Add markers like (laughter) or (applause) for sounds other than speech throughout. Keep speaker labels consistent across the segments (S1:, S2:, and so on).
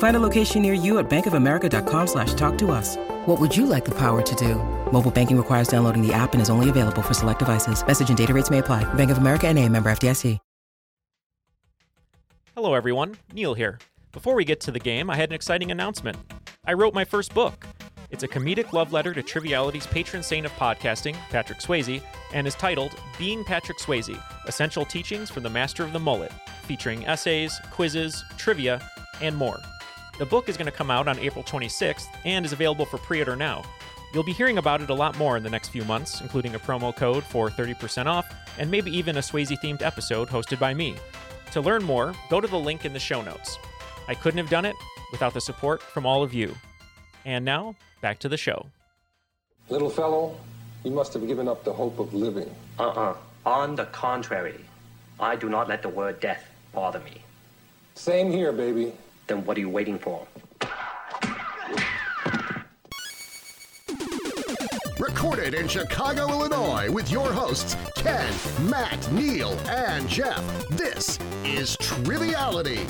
S1: Find a location near you at bankofamerica.com slash talk to us. What would you like the power to do? Mobile banking requires downloading the app and is only available for select devices. Message and data rates may apply. Bank of America and a member FDIC.
S2: Hello, everyone. Neil here. Before we get to the game, I had an exciting announcement. I wrote my first book. It's a comedic love letter to Triviality's patron saint of podcasting, Patrick Swayze, and is titled Being Patrick Swayze Essential Teachings from the Master of the Mullet, featuring essays, quizzes, trivia, and more. The book is going to come out on April 26th and is available for pre order now. You'll be hearing about it a lot more in the next few months, including a promo code for 30% off and maybe even a Swayze themed episode hosted by me. To learn more, go to the link in the show notes. I couldn't have done it without the support from all of you. And now, back to the show.
S3: Little fellow, you must have given up the hope of living.
S4: Uh-uh. On the contrary, I do not let the word death bother me.
S3: Same here, baby.
S4: Then what are you waiting for?
S5: Recorded in Chicago, Illinois, with your hosts, Ken, Matt, Neil, and Jeff. This is Triviality.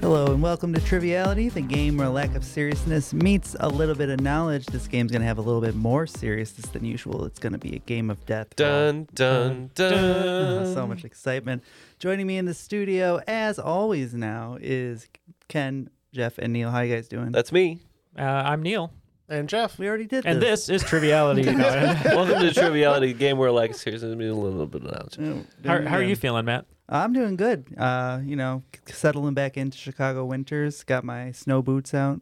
S6: Hello and welcome to Triviality, the game where lack of seriousness meets a little bit of knowledge. This game's gonna have a little bit more seriousness than usual. It's gonna be a game of death.
S7: Dun dun dun.
S6: Oh, (laughs) so much excitement. Joining me in the studio, as always, now is Ken, Jeff, and Neil. How you guys doing?
S7: That's me.
S2: Uh, I'm Neil,
S8: And Jeff.
S6: we already did
S2: and
S6: this.
S2: this
S6: (laughs)
S9: (laughs)
S2: is Triviality.
S7: (laughs)
S2: how,
S7: Welcome to the Triviality Game where like seriously there's been a little bit of knowledge.
S6: Oh, doing
S2: how are
S6: good.
S2: you feeling, Matt?
S6: I'm doing good. Uh, you know, c- settling back into Chicago winters. Got my snow boots out.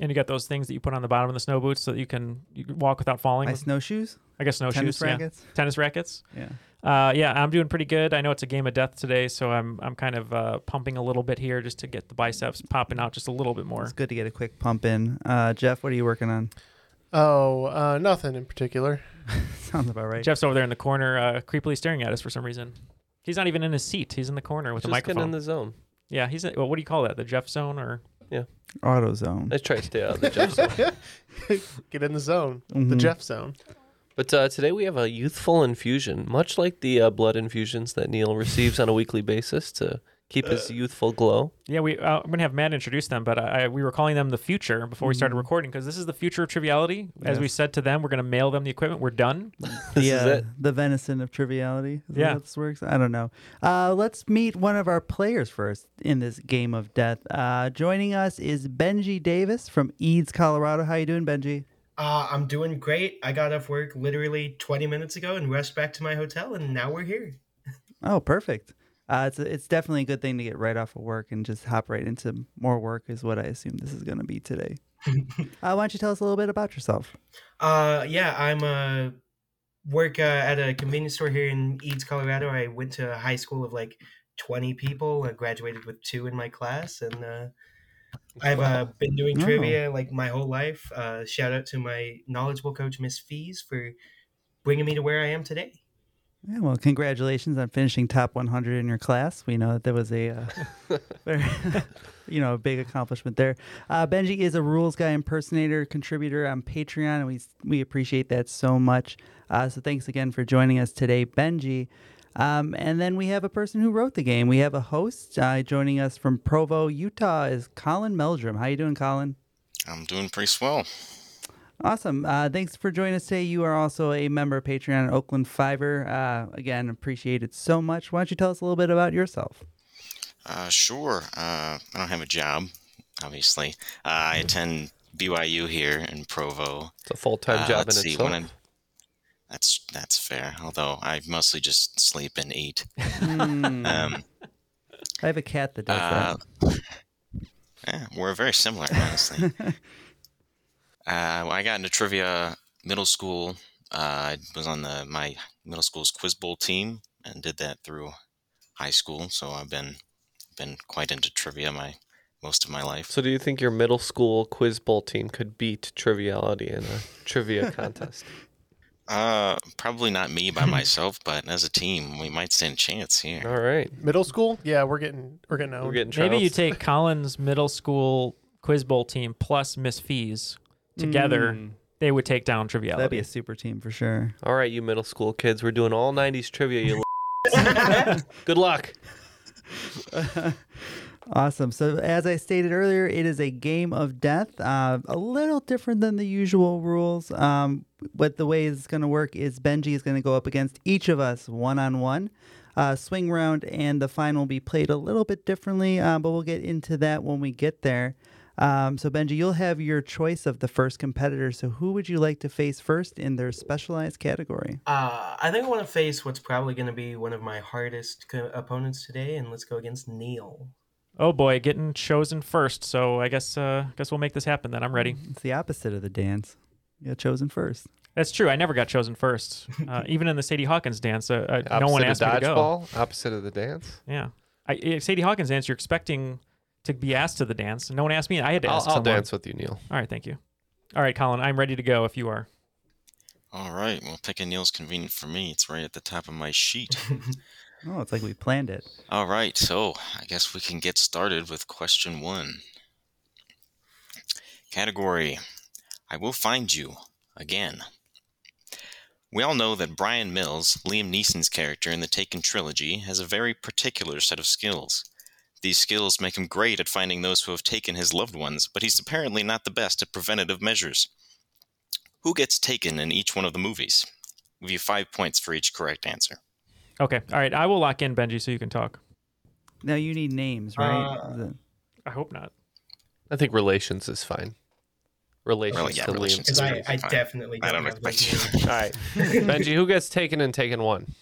S2: And you got those things that you put on the bottom of the snow boots so that you can you can walk without falling?
S6: My
S2: with-
S6: snowshoes.
S2: I guess snowshoes.
S6: tennis
S2: yeah.
S6: rackets.
S2: Tennis rackets.
S6: Yeah.
S2: Uh, yeah, I'm doing pretty good. I know it's a game of death today, so I'm I'm kind of uh, pumping a little bit here just to get the biceps popping out just a little bit more.
S6: It's good to get a quick pump in. Uh, Jeff, what are you working on?
S8: Oh, uh, nothing in particular.
S6: (laughs) Sounds about right.
S2: Jeff's over there in the corner, uh, creepily staring at us for some reason. He's not even in his seat. He's in the corner with the
S7: Just getting
S2: microphone.
S7: in the zone.
S2: yeah, he's in, well, what do you call that? The Jeff zone or
S6: AutoZone.
S7: I try to stay out of the Jeff zone.
S8: (laughs) Get in the zone,
S2: Mm-hmm.
S8: the Jeff zone.
S7: But uh, today we have a youthful infusion, much like the uh, blood infusions that Neil receives on a weekly basis to keep
S9: Uh,
S7: his youthful glow.
S2: (laughs) yeah, we uh, I'm gonna have Matt introduce them, but I, I, we were calling them the future before we
S6: Mm-hmm.
S2: started recording because this is the future of triviality. As we said to them, we're gonna mail them the equipment. We're done.
S7: (laughs) This
S6: the,
S7: is
S6: uh,
S7: it.
S6: the venison of triviality. Is that
S2: Yeah.
S6: how this works. I don't know. Uh, let's meet one of our players first in this game of death. Uh, joining us is Benji Davis from Eads, Colorado. How you doing, Benji?
S10: Uh, I'm doing great. I got off work literally 20 minutes ago and rushed back to my hotel, and now we're here.
S6: Oh, perfect. Uh, it's it's definitely a good thing to get right off of work and just hop right into more work is what I assume this is going to be today. uh, why don't you tell us a little bit about yourself?
S10: Uh, yeah, I'm uh, work uh, at a convenience store here in Eads, Colorado. I went to a high school of like 20 people. I graduated with two in my class, and uh, I've uh, been doing
S6: Wow.
S10: trivia like my whole life. Uh, shout out to my knowledgeable coach, Miss Fees, for bringing me to where I am today.
S6: Yeah, well, congratulations on finishing top 100 in your class. We know that there was a, uh, very, (laughs) you know, a big accomplishment there. Uh, Benji is a rules guy, impersonator, contributor on Patreon, and we we appreciate that so much. Uh, so thanks again for joining us today, Benji. Um, and then we have a person who wrote the game. We have a host uh, joining us from Provo, Utah, is Colin Meldrum. How you doing, Colin?
S9: I'm doing pretty swell.
S6: Awesome. Uh, thanks for joining us today. You are also a member of Patreon at Oakland Fiverr. Uh, again, appreciate it so much. Why don't you tell us a little bit about
S9: (laughs)
S6: yourself?
S7: Mm-hmm.
S9: Uh, sure. Uh, I don't have a job, obviously. Uh, I attend BYU here in Provo.
S7: It's a full-time
S9: Uh,
S7: job
S9: let's
S7: in
S9: see,
S7: itself.
S9: when I'm- that's that's fair. Although I mostly just sleep and eat.
S6: Hmm.
S9: um,
S6: I have a cat that does
S9: uh,
S6: that.
S9: (laughs) yeah, we're very similar,
S6: (laughs)
S9: honestly. uh, I got into trivia middle school. Uh, I was on the my middle school's quiz bowl team and did that through high school. So I've been been quite into trivia my most of my life.
S7: So, do you think your middle school quiz bowl team could beat Triviality in a
S9: (laughs)
S7: trivia contest?
S9: Uh, probably not
S6: (laughs)
S9: me by myself, but as a team, we might stand a chance here.
S7: All right.
S8: Middle school? Yeah, we're getting we're getting owned.
S2: Maybe you take Colin's middle school quiz bowl team plus Miss Fees together.
S6: Mm.
S2: They would take down triviality.
S6: That'd be a super team for sure.
S7: All right, you middle school kids, we're doing all '90s trivia.
S9: (laughs)
S7: You. (laughs) l- Good luck.
S6: (laughs) Awesome. So, as I stated earlier, it is a game of death, uh, a little different than the usual rules. Um, but the way it's going to work is Benji is going to go up against each of us one on one. Uh, swing round and the final will be played a little bit differently, uh, but we'll get into that when we get there. Um, so, Benji, you'll have your choice of the first competitor. So, who would you like to face first in their specialized category?
S10: Uh, I think I want to face what's probably going to be one of my hardest co- opponents today, and let's go against Neil.
S2: Oh boy, getting chosen first. So I guess uh, guess we'll make this happen. Then I'm ready.
S6: Mm, It's the opposite of the dance. You got chosen first.
S2: That's true. I never got chosen first,
S6: (laughs)
S2: uh, even in the Sadie Hawkins dance. Uh, uh, no one asked
S7: Opposite of
S2: me to go.
S7: dodgeball, opposite of the dance.
S2: Yeah, I, eh, Sadie Hawkins dance. You're expecting to be asked to the dance. No one asked me. I had to
S7: I'll-
S2: ask.
S7: I'll
S2: someone.
S7: dance with you, Neil.
S2: All right, thank you. All right, Colin, I'm ready to go. If you are,
S9: All right, well, picking Neil's convenient for me. It's right at the top of my
S6: (laughs)
S9: sheet.
S6: Oh, it's like we planned it.
S9: All right, so I guess we can get started with question one. Category I Will Find You Again. We all know that Brian Mills, Liam Neeson's character in the Taken trilogy, has a very particular set of skills. These skills make him great at finding those who have taken his loved ones, but he's apparently not the best at preventative measures. Who gets taken in each one of the movies? Give you five points for each correct answer.
S2: okay. All right, I will lock in Benji so you can talk.
S6: Now you need names, right?
S2: Uh,
S6: Is it-
S2: I hope not.
S7: I think relations is fine. Relations
S9: Oh, yeah,
S7: to
S9: relations
S7: Liam.
S9: is I-
S10: I fine. definitely
S9: I
S10: don't
S9: don't
S10: have
S9: expect
S7: (laughs)
S9: you.
S7: All right, Benji, who gets taken and taken one?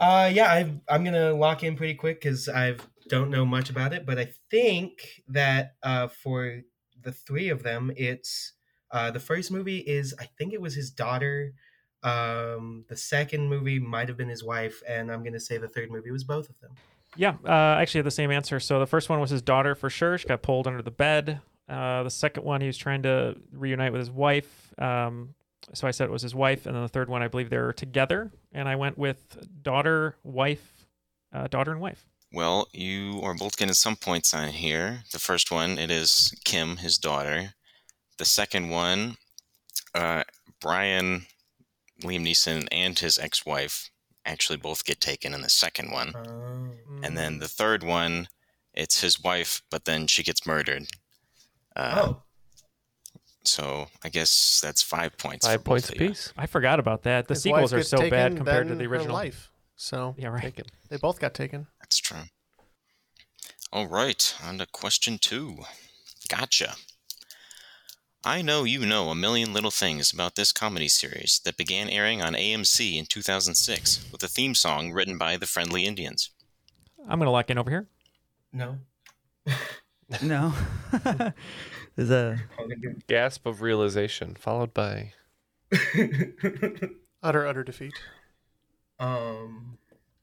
S10: Uh, yeah, I've, I'm gonna lock in pretty quick because I don't know much about it, but I think that uh, for the three of them, it's uh, the first movie is I think it was his daughter. Um, the second movie might have been his wife, and I'm gonna say the third movie was both of them.
S2: Yeah, uh, I actually, had the same answer. So the first one was his daughter for sure. She got pulled under the bed. Uh, the second one, he was trying to reunite with his wife. Um, so I said it was his wife, and then the third one, I believe they were together. And I went with daughter, wife, uh, daughter and wife.
S9: Well, you are both getting some points on here. The first one, it is Kim, his daughter. The second one, uh, Brian, Liam Neeson, and his ex wife actually both get taken in the second one. And
S7: Mm.
S9: then the third one, it's his wife, but then she gets murdered. Uh,
S10: oh.
S9: So I guess that's five points.
S7: Five
S9: for both
S7: points
S9: of you.
S7: apiece.
S2: I forgot about that. The
S8: His
S2: sequels
S8: wife
S2: are
S8: gets
S2: so bad
S8: taken,
S2: compared to
S8: then
S2: the
S8: her
S2: original.
S8: life. So
S2: Yeah, right.
S7: Taken.
S8: they both got taken.
S9: That's true. All right, on to question two. Gotcha. I know you know a million little things about this comedy series that began airing on AMC in 2006 with a theme song written by the Friendly Indians.
S2: I'm gonna lock in over here.
S10: No.
S6: no. (laughs)
S2: (laughs)
S8: (laughs)
S6: There's a
S7: Gasp of realization, followed by
S8: Utter utter defeat.
S10: Um,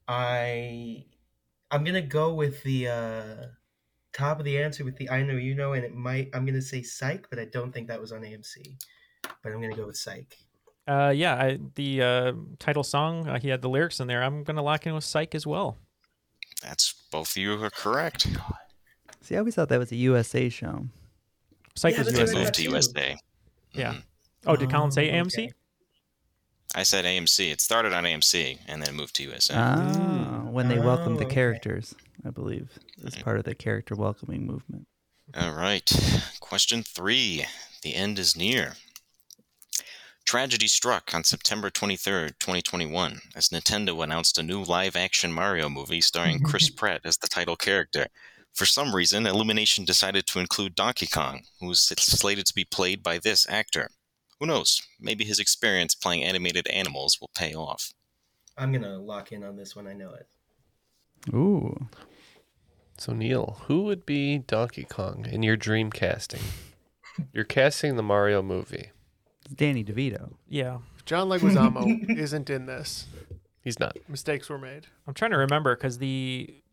S10: I I'm gonna go with the uh, top of the answer with the I know you know, and it might I'm gonna say Psych, but I don't think that was on AMC. But I'm gonna go with Psych.
S2: Uh, yeah, I, the uh, title song, uh, he had the lyrics in there. I'm gonna lock in with Psych as well.
S9: That's both of you are correct.
S6: see. I always thought that was a USA show.
S2: Psych
S10: Yeah,
S2: was
S9: They
S2: USA.
S10: that's what I thought.
S9: moved to
S10: too.
S9: USA.
S2: Yeah. Oh, did Colin say AMC?
S9: I said AMC. It started on AMC and then moved to USA.
S6: Ah, when they welcomed
S10: Oh,
S6: the
S10: okay.
S6: characters, I believe, as part of the character welcoming movement.
S9: All right. Question three. The end is near. Tragedy struck on September 23rd, 2021, as Nintendo announced a new live action Mario movie starring Chris Pratt as the title character, For some reason, Illumination decided to include Donkey Kong, who was slated to be played by this actor. Who knows? Maybe his experience playing animated animals will pay off.
S10: I'm gonna lock in on this one. I know it.
S6: Ooh.
S7: So Neil, who would be Donkey Kong in your dream casting? You're casting the Mario movie.
S6: It's Danny DeVito.
S2: Yeah.
S8: John Leguizamo isn't in this.
S7: He's not.
S8: Mistakes were made.
S2: I'm trying to remember because the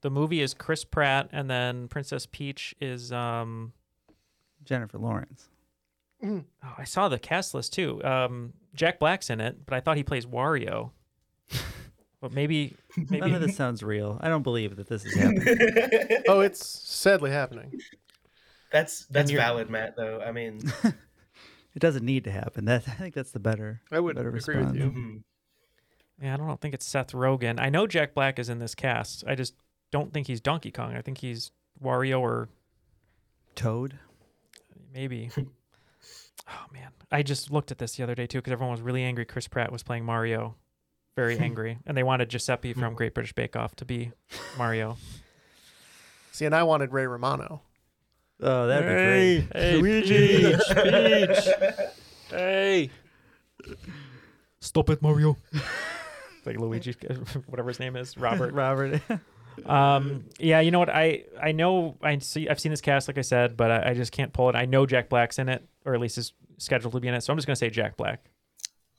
S2: the movie is Chris Pratt and then Princess Peach is um
S6: Jennifer Lawrence.
S2: oh, I saw the cast list too. Um, Jack Black's in it, but I thought he plays
S6: (laughs)
S2: Wario. but maybe maybe
S6: None of this sounds real. I don't believe that this is happening.
S8: (laughs) oh, it's sadly happening.
S10: That's that's
S8: you're-
S10: valid, Matt. Though
S2: (laughs)
S10: I mean,
S6: it doesn't need to happen. That (laughs) I think that's the better.
S8: I would
S6: better
S8: agree with
S6: response.
S8: you.
S2: Mm-hmm. Yeah, I don't think it's Seth Rogen. I know Jack Black is in this cast. I just don't think he's Donkey Kong. I think he's Wario or
S6: Toad.
S2: (laughs) maybe. oh man, I just looked at this the other day too because everyone was really angry. Chris Pratt was playing Mario, (laughs) very angry, and they wanted Giuseppe from Great British Bake Off to be Mario.
S8: See, and I wanted Ray Romano.
S6: Oh, that'd be great.
S7: Hey.
S2: Stop it, Mario. like Luigi, (laughs) whatever his
S6: (laughs)
S2: name is, Robert.
S6: Robert.
S2: (laughs) um, yeah, you know what? I I know I see I've seen this cast, like I said, but I, I just can't pull it. I know Jack Black's in it, or at least is scheduled to be in it. So I'm just gonna say Jack Black.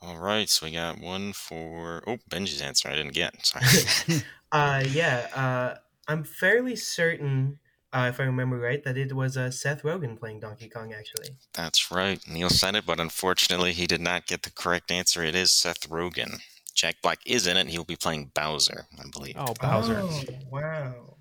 S9: All right, so we got one for. Oh, Benji's answer I didn't get. Sorry.
S10: uh, yeah, uh, I'm fairly certain, uh, if I remember right, that it was uh, Seth Rogen playing Donkey Kong. Actually,
S9: That's right. Neil said it, but unfortunately, he did not get the correct answer. It is Seth Rogen. Jack Black is in it. He will be playing Bowser, I believe.
S2: Oh, Bowser.
S10: Oh, wow,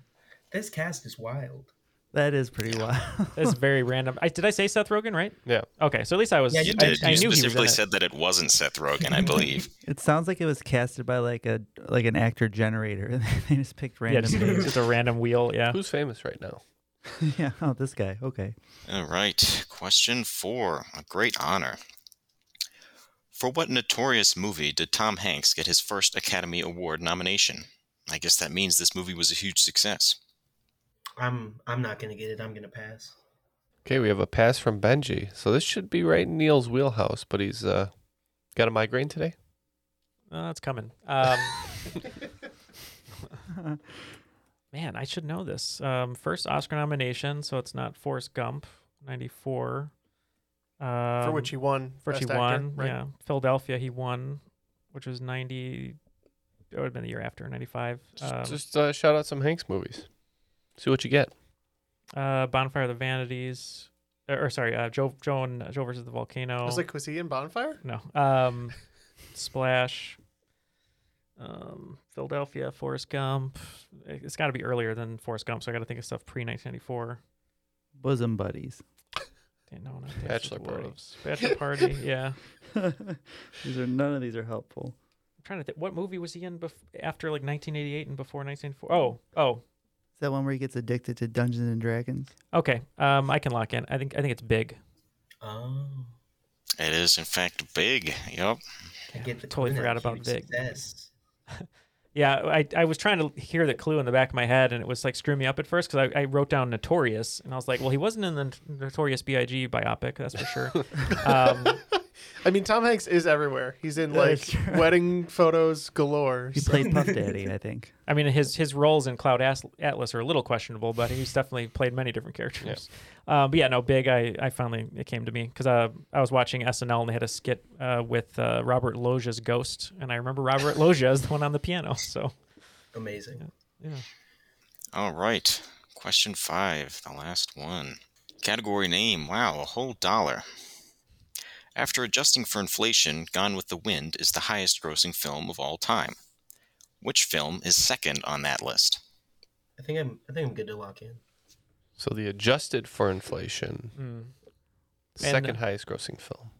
S10: this cast is wild.
S6: That is pretty wild.
S2: That's
S6: (laughs)
S2: very random. I, did I say Seth Rogen right?
S7: Yeah.
S2: Okay, so at least I was.
S9: you
S2: I-
S9: did.
S2: I,
S9: you
S2: knew he was in
S9: specifically
S2: it.
S9: said that it wasn't Seth Rogen, I
S2: (laughs)
S9: believe.
S6: (laughs) It sounds like it was casted by like a like an actor generator. (laughs) they just picked
S2: Yeah,
S6: random.
S2: just,
S6: names.
S2: just a random wheel. Yeah.
S7: Who's famous right now?
S6: (laughs) yeah. Oh, this guy. Okay.
S9: All right. Question four. A great honor. For what notorious movie did Tom Hanks get his first Academy Award nomination? I guess that means this movie was a huge success.
S10: I'm I'm not gonna get it. I'm gonna pass.
S7: Okay, we have a pass from Benji. So this should be right in Neil's wheelhouse, but he's uh, got a migraine today.
S2: Oh, it's coming.
S8: (laughs)
S2: Um, man, I should know this. Um, first Oscar nomination, so it's not Forrest Gump, '94. Um,
S8: For which he won
S2: For which he
S8: Best Actor,
S2: won.
S8: right?
S2: Yeah, Philadelphia. He won, which was '90. It would have been the year after '95.
S7: Just,
S2: Um,
S7: just uh, shout out some Hanks movies. See what you get.
S2: uh, Bonfire of the Vanities, or, or sorry, uh, Joe Joan Joe versus the volcano.
S8: I was like, was he in Bonfire?
S2: No. Um, (laughs) Splash, um, Philadelphia, Forrest Gump. It- It's got to be earlier than Forrest Gump, so I got to think of stuff pre 1994.
S6: Bosom buddies.
S2: No, not Dances
S7: Bachelor
S2: with
S7: Party.
S2: Wolves. Bachelor Party, yeah.
S6: (laughs) these are none of these are helpful.
S2: I'm trying to think. What movie was he in bef- after like 1988 and before 1994? Oh, oh,
S6: Is that one where he gets addicted to Dungeons and Dragons?
S2: okay. Um, I can lock in. I think I think it's big.
S10: Oh,
S9: It is, in fact, big. Yup.
S10: I get the
S2: Totally
S10: clue now.
S2: forgot about
S10: Huge
S2: Vic.
S10: Success.
S2: Yeah, I, I was trying to hear the clue in the back of my head, and it was like screwing me up at first because I, I wrote down Notorious, and I was like, well, he wasn't in the Not- Notorious B.I.G. biopic, that's
S6: (laughs)
S2: for sure. um,
S8: (laughs) I mean, Tom Hanks is everywhere. He's in
S6: That
S8: like
S6: is true.
S8: wedding photos galore.
S6: He
S8: so-
S6: played Puff Daddy, I think.
S2: I mean, his his roles in Cloud As- Atlas are a little questionable, but he's definitely played many different characters. Um, but yeah, no, Big, I, I finally, it came to me because uh, I was watching SNL and they had a skit uh, with uh, Robert Loggia's Ghost, and I remember Robert Loggia is the one on the piano. (laughs) So,
S10: Amazing.
S2: yeah.
S9: All right. Question five, the last one. Category name. Wow, a whole dollar. After adjusting for inflation, Gone with the Wind is the highest grossing film of all time. Which film is second on that list?
S10: I think I'm I think I'm good to lock in.
S7: So the adjusted for inflation,
S2: Mm.
S7: second
S2: uh,
S7: highest grossing film.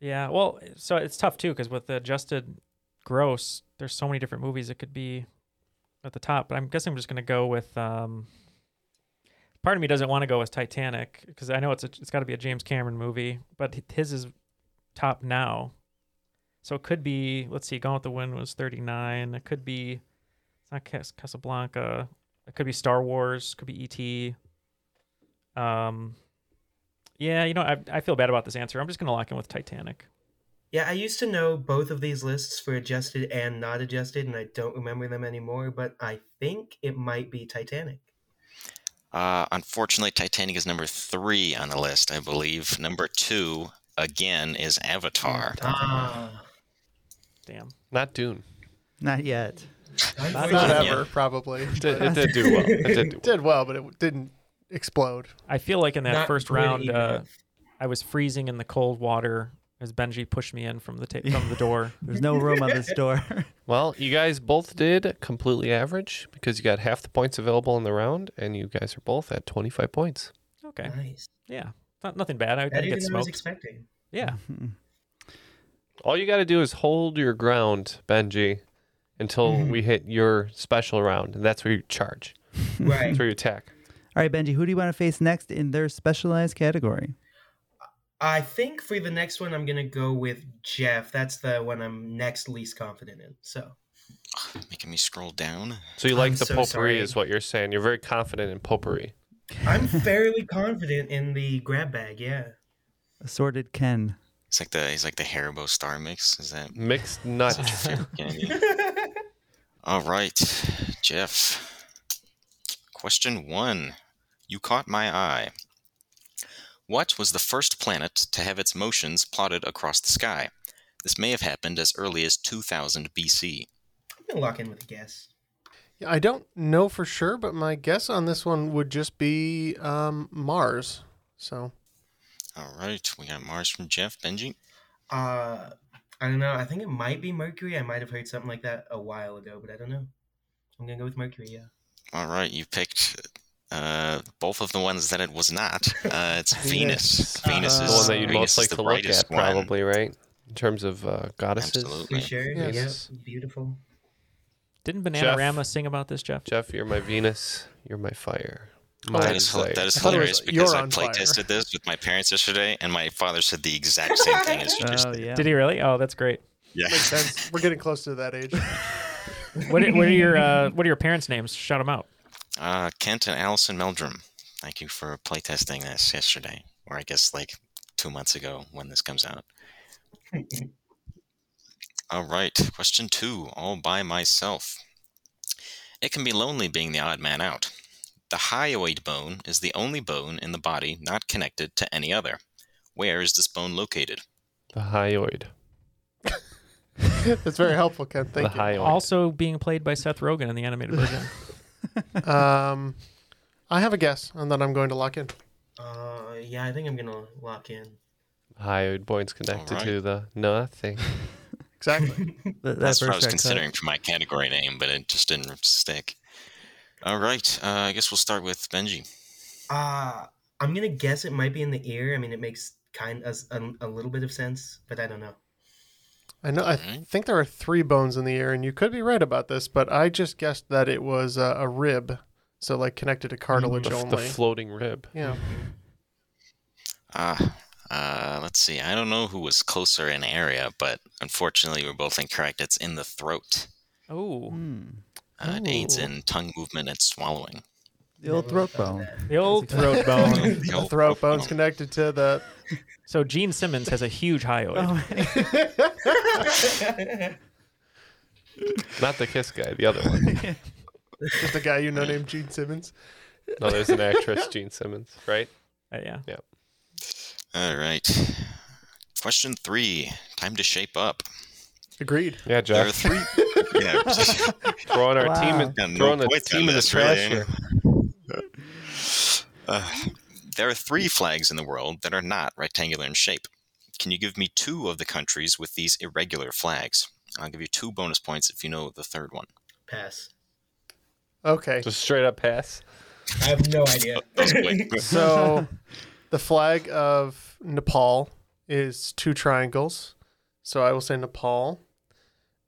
S2: Yeah, well, so it's tough too because with the adjusted gross, there's so many different movies it could be at the top. But I'm guessing I'm just gonna go with. Um, part of me doesn't want to go with Titanic because I know it's a, it's got to be a James Cameron movie, but h- his is top now, so it could be. Let's see, Gone with the Wind was 39. It could be. It's not Cas- Casablanca. It could be Star Wars. Could be E.T. Um, yeah, you know, I, I feel bad about this answer. I'm just gonna lock in with Titanic.
S10: Yeah, I used to know both of these lists for adjusted and not adjusted, and I don't remember them anymore, but I think it might be Titanic.
S9: Uh, unfortunately, Titanic is number three on the list, I believe. Number two, again, is Avatar.
S10: Ah.
S2: Damn.
S7: Not Dune.
S6: Not yet.
S8: (laughs) Not
S6: yet.
S8: ever, probably.
S7: (laughs) It did- it did do well. It did do
S8: did well, but (laughs) it didn't explode.
S2: I feel like in that
S8: Not
S2: first
S8: really
S2: round,
S8: even.
S2: uh, I was freezing in the cold water as Benji pushed me in from the ta-
S6: (laughs)
S2: from the door.
S6: There's no room on this door.
S7: Well, you guys both did completely average because you got half the points available in the round, and you guys are both at 25 points.
S2: Okay.
S10: Nice.
S2: (laughs) Yeah. Not, nothing bad. I, I
S10: Better
S2: get
S10: than I was
S2: smoked.
S10: expecting.
S6: (laughs)
S2: Yeah.
S7: All you got to do is hold your ground, Benji, until
S10: (laughs)
S6: Mhm.
S7: we hit your special round, and that's where you charge.
S10: Right.
S7: That's where you attack.
S6: All right, Benji, who do you want to face next in their specialized category?
S10: I think for the next one, I'm going to go with Jeff. That's the one I'm next least confident in. So,
S9: Making me scroll down.
S7: So you like
S10: I'm
S7: the
S10: so
S7: potpourri,
S10: sorry.
S7: is what you're saying. You're very confident in potpourri.
S10: I'm fairly confident in the grab bag. Yeah.
S6: Assorted Ken.
S9: It's like the it's like the Haribo Star Mix. Is that
S7: mixed nuts?
S9: candy. All right, Jeff. Question one. You caught my eye. What was the first planet to have its motions plotted across the sky? This may have happened as early as 2000 BC.
S10: I'm going to lock in with a guess.
S8: Yeah, I don't know for sure, but my guess on this one would just be um, Mars. So
S9: All right, we got Mars from Jeff. Benji?
S10: Uh, I don't know. I think it might be Mercury. I might have heard something like that a while ago, but I don't know. I'm going to go with Mercury. Yeah.
S9: All right, you picked uh, both of the ones that it was not. Uh,
S7: (laughs)
S9: it's Venus. Venus
S7: Uh, Uh-huh. the
S9: is
S7: one that you'd
S9: Venus
S7: most
S9: is
S7: like
S9: the
S7: to look
S9: brightest
S7: at,
S9: one.
S7: probably, right? In terms of uh, goddesses.
S9: Absolutely.
S10: You sure?
S7: Yes.
S10: Yeah. Beautiful.
S2: Didn't
S7: Jeff.
S2: Bananarama sing about this, Jeff?
S7: Jeff, you're my Venus. You're my fire.
S9: Oh,
S7: My
S9: that is, hil-
S7: desire.
S9: that is
S7: I thought it was,
S9: hilarious because
S7: "You're
S9: I
S7: on
S9: play
S7: fire."
S9: tested this with my parents yesterday, and my father said the exact same thing as
S7: (laughs)
S9: you just
S6: Oh,
S9: did.
S6: yeah.
S2: Did he really? Oh, that's great.
S9: Yeah.
S8: makes sense. We're getting close to that age.
S2: (laughs) What are, what are your uh, What are your parents' names? Shout them out.
S9: Uh, Kent and Allison Meldrum, thank you for playtesting this yesterday, or I guess like two months ago when this comes out. All right, question two, all by myself. It can be lonely being the odd man out. The hyoid bone is the only bone in the body not connected to any other. Where is this bone located?
S7: The hyoid.
S8: (laughs) That's very helpful, Ken. Thank
S7: The hyoid.
S2: Also being played by Seth Rogen in the animated version.
S6: (laughs)
S8: you. Um, I have a guess, and then I'm going to lock in.
S10: Uh, yeah, I think I'm going to lock in.
S7: Hyoid points connected
S9: Alright.
S7: to the nothing. (laughs)
S8: Exactly.
S6: That,
S9: That's what I
S6: first
S9: was
S6: track cut.
S9: considering for my category name, but it just didn't stick. All right, uh, I guess we'll start with Benji.
S10: Uh, I'm going to guess it might be in the ear. I mean, it makes kind of a, a little bit of sense, but I don't
S8: (laughs)
S10: know.
S8: I know. I think there are three bones in the ear, and you could be right about this, but I just guessed that it was uh, a rib, so like connected to cartilage
S7: Mm, The, f- the
S8: only.
S7: floating rib.
S8: yeah.
S9: Ah, uh, let's see. I don't know who was closer in area, but unfortunately, we're both incorrect. It's in the throat.
S2: Oh,
S6: Hmm.
S9: Uh, it aids in tongue movement and swallowing.
S6: The old throat bone.
S2: the old throat bone.
S9: The
S8: The
S9: old
S8: throat bone's connected to the. Oh,
S2: So Gene Simmons has a huge hyoid.
S7: (laughs) Not the kiss guy, the other one.
S8: Just a guy you know named Gene Simmons.
S7: No, there's
S8: (laughs)
S7: an actress, Gene Simmons, right?
S2: Uh, yeah.
S7: Yeah.
S9: All right. Question three. Time to shape up.
S8: Agreed.
S7: Yeah,
S9: There are
S7: Jeff. (laughs)
S9: three. yeah.
S7: Throwing our team in,
S9: Yeah, no
S7: throwing the
S9: points
S7: team
S9: out
S7: in
S9: of
S7: the
S9: this, really.
S7: trash here.
S9: Uh, there are three flags in the world that are not rectangular in shape. Can you give me two of the countries with these irregular flags? I'll give you two bonus points if you know the third one.
S10: Pass.
S8: Okay.
S7: Just straight up pass.
S10: I have no idea.
S9: That was quick.
S8: So the flag of Nepal is two triangles. So I will say Nepal.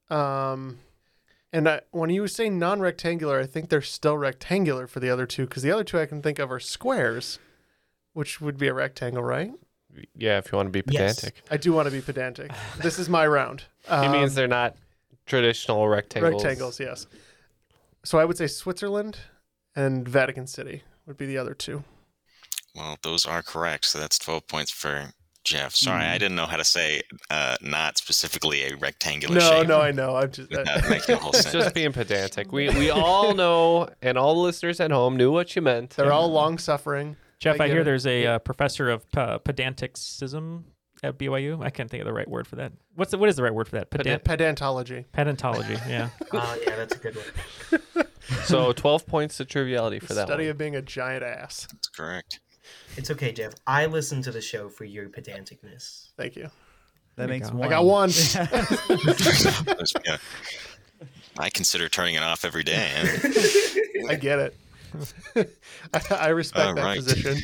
S8: Um, and I, when you say non rectangular, I think they're still rectangular for the other two because the other two I can think of are squares, which would be a rectangle, right?
S7: Yeah, if you want to be
S10: Yes.
S7: pedantic.
S8: I do want to be pedantic. This is my round. Um,
S7: he means they're not traditional rectangles.
S8: rectangles, yes. So I would say Switzerland and Vatican City would be the other two.
S9: Well, those are correct. So that's 12 points for Jeff. Sorry,
S8: Hmm.
S9: I didn't know how to say uh, not specifically a rectangular
S8: No,
S9: shape.
S8: no, I know. I'm just
S9: That makes no whole
S7: It's
S9: sense.
S7: just being pedantic. We we all know, and all the listeners at home knew what you meant.
S8: They're all long suffering.
S2: Jeff, I, hear there's a uh, professor of uh, pedanticism at BYU. I can't think of the right word for that. What's the, what is the right word for that?
S8: Pedant- pedantology.
S2: Pedantology.
S8: (laughs)
S2: Yeah.
S10: (laughs) Oh, yeah, that's a good one.
S9: (laughs)
S7: So twelve points to triviality for that.
S8: study of being a giant
S10: (laughs)
S8: ass.
S9: That's correct.
S10: It's okay, Jeff. I listen to the show for your pedanticness.
S8: Thank you.
S6: That makes
S8: I got one.
S9: (laughs) Yeah. I consider turning it off every day.
S8: (laughs) I get it. (laughs) I, I respect
S9: All
S8: that
S9: right.
S8: position.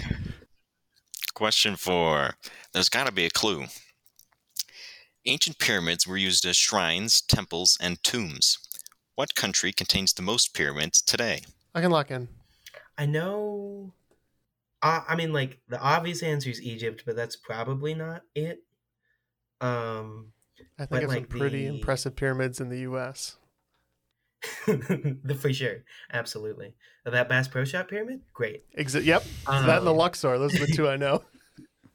S9: Question four. There's got to be a clue. Ancient pyramids were used as shrines, temples, and tombs. What country contains the most pyramids today?
S8: (laughs) I can lock in.
S10: I know. I, I mean, like the obvious answer is Egypt, but that's probably not it. Um,
S8: I
S10: but,
S8: think it's some
S10: like,
S8: pretty
S10: the-
S8: impressive pyramids in the U.S.
S10: the for sure, absolutely. That Bass Pro Shop pyramid, great.
S8: Exit. Yep. that and the
S10: Um,
S8: Luxor. Those are the two I know.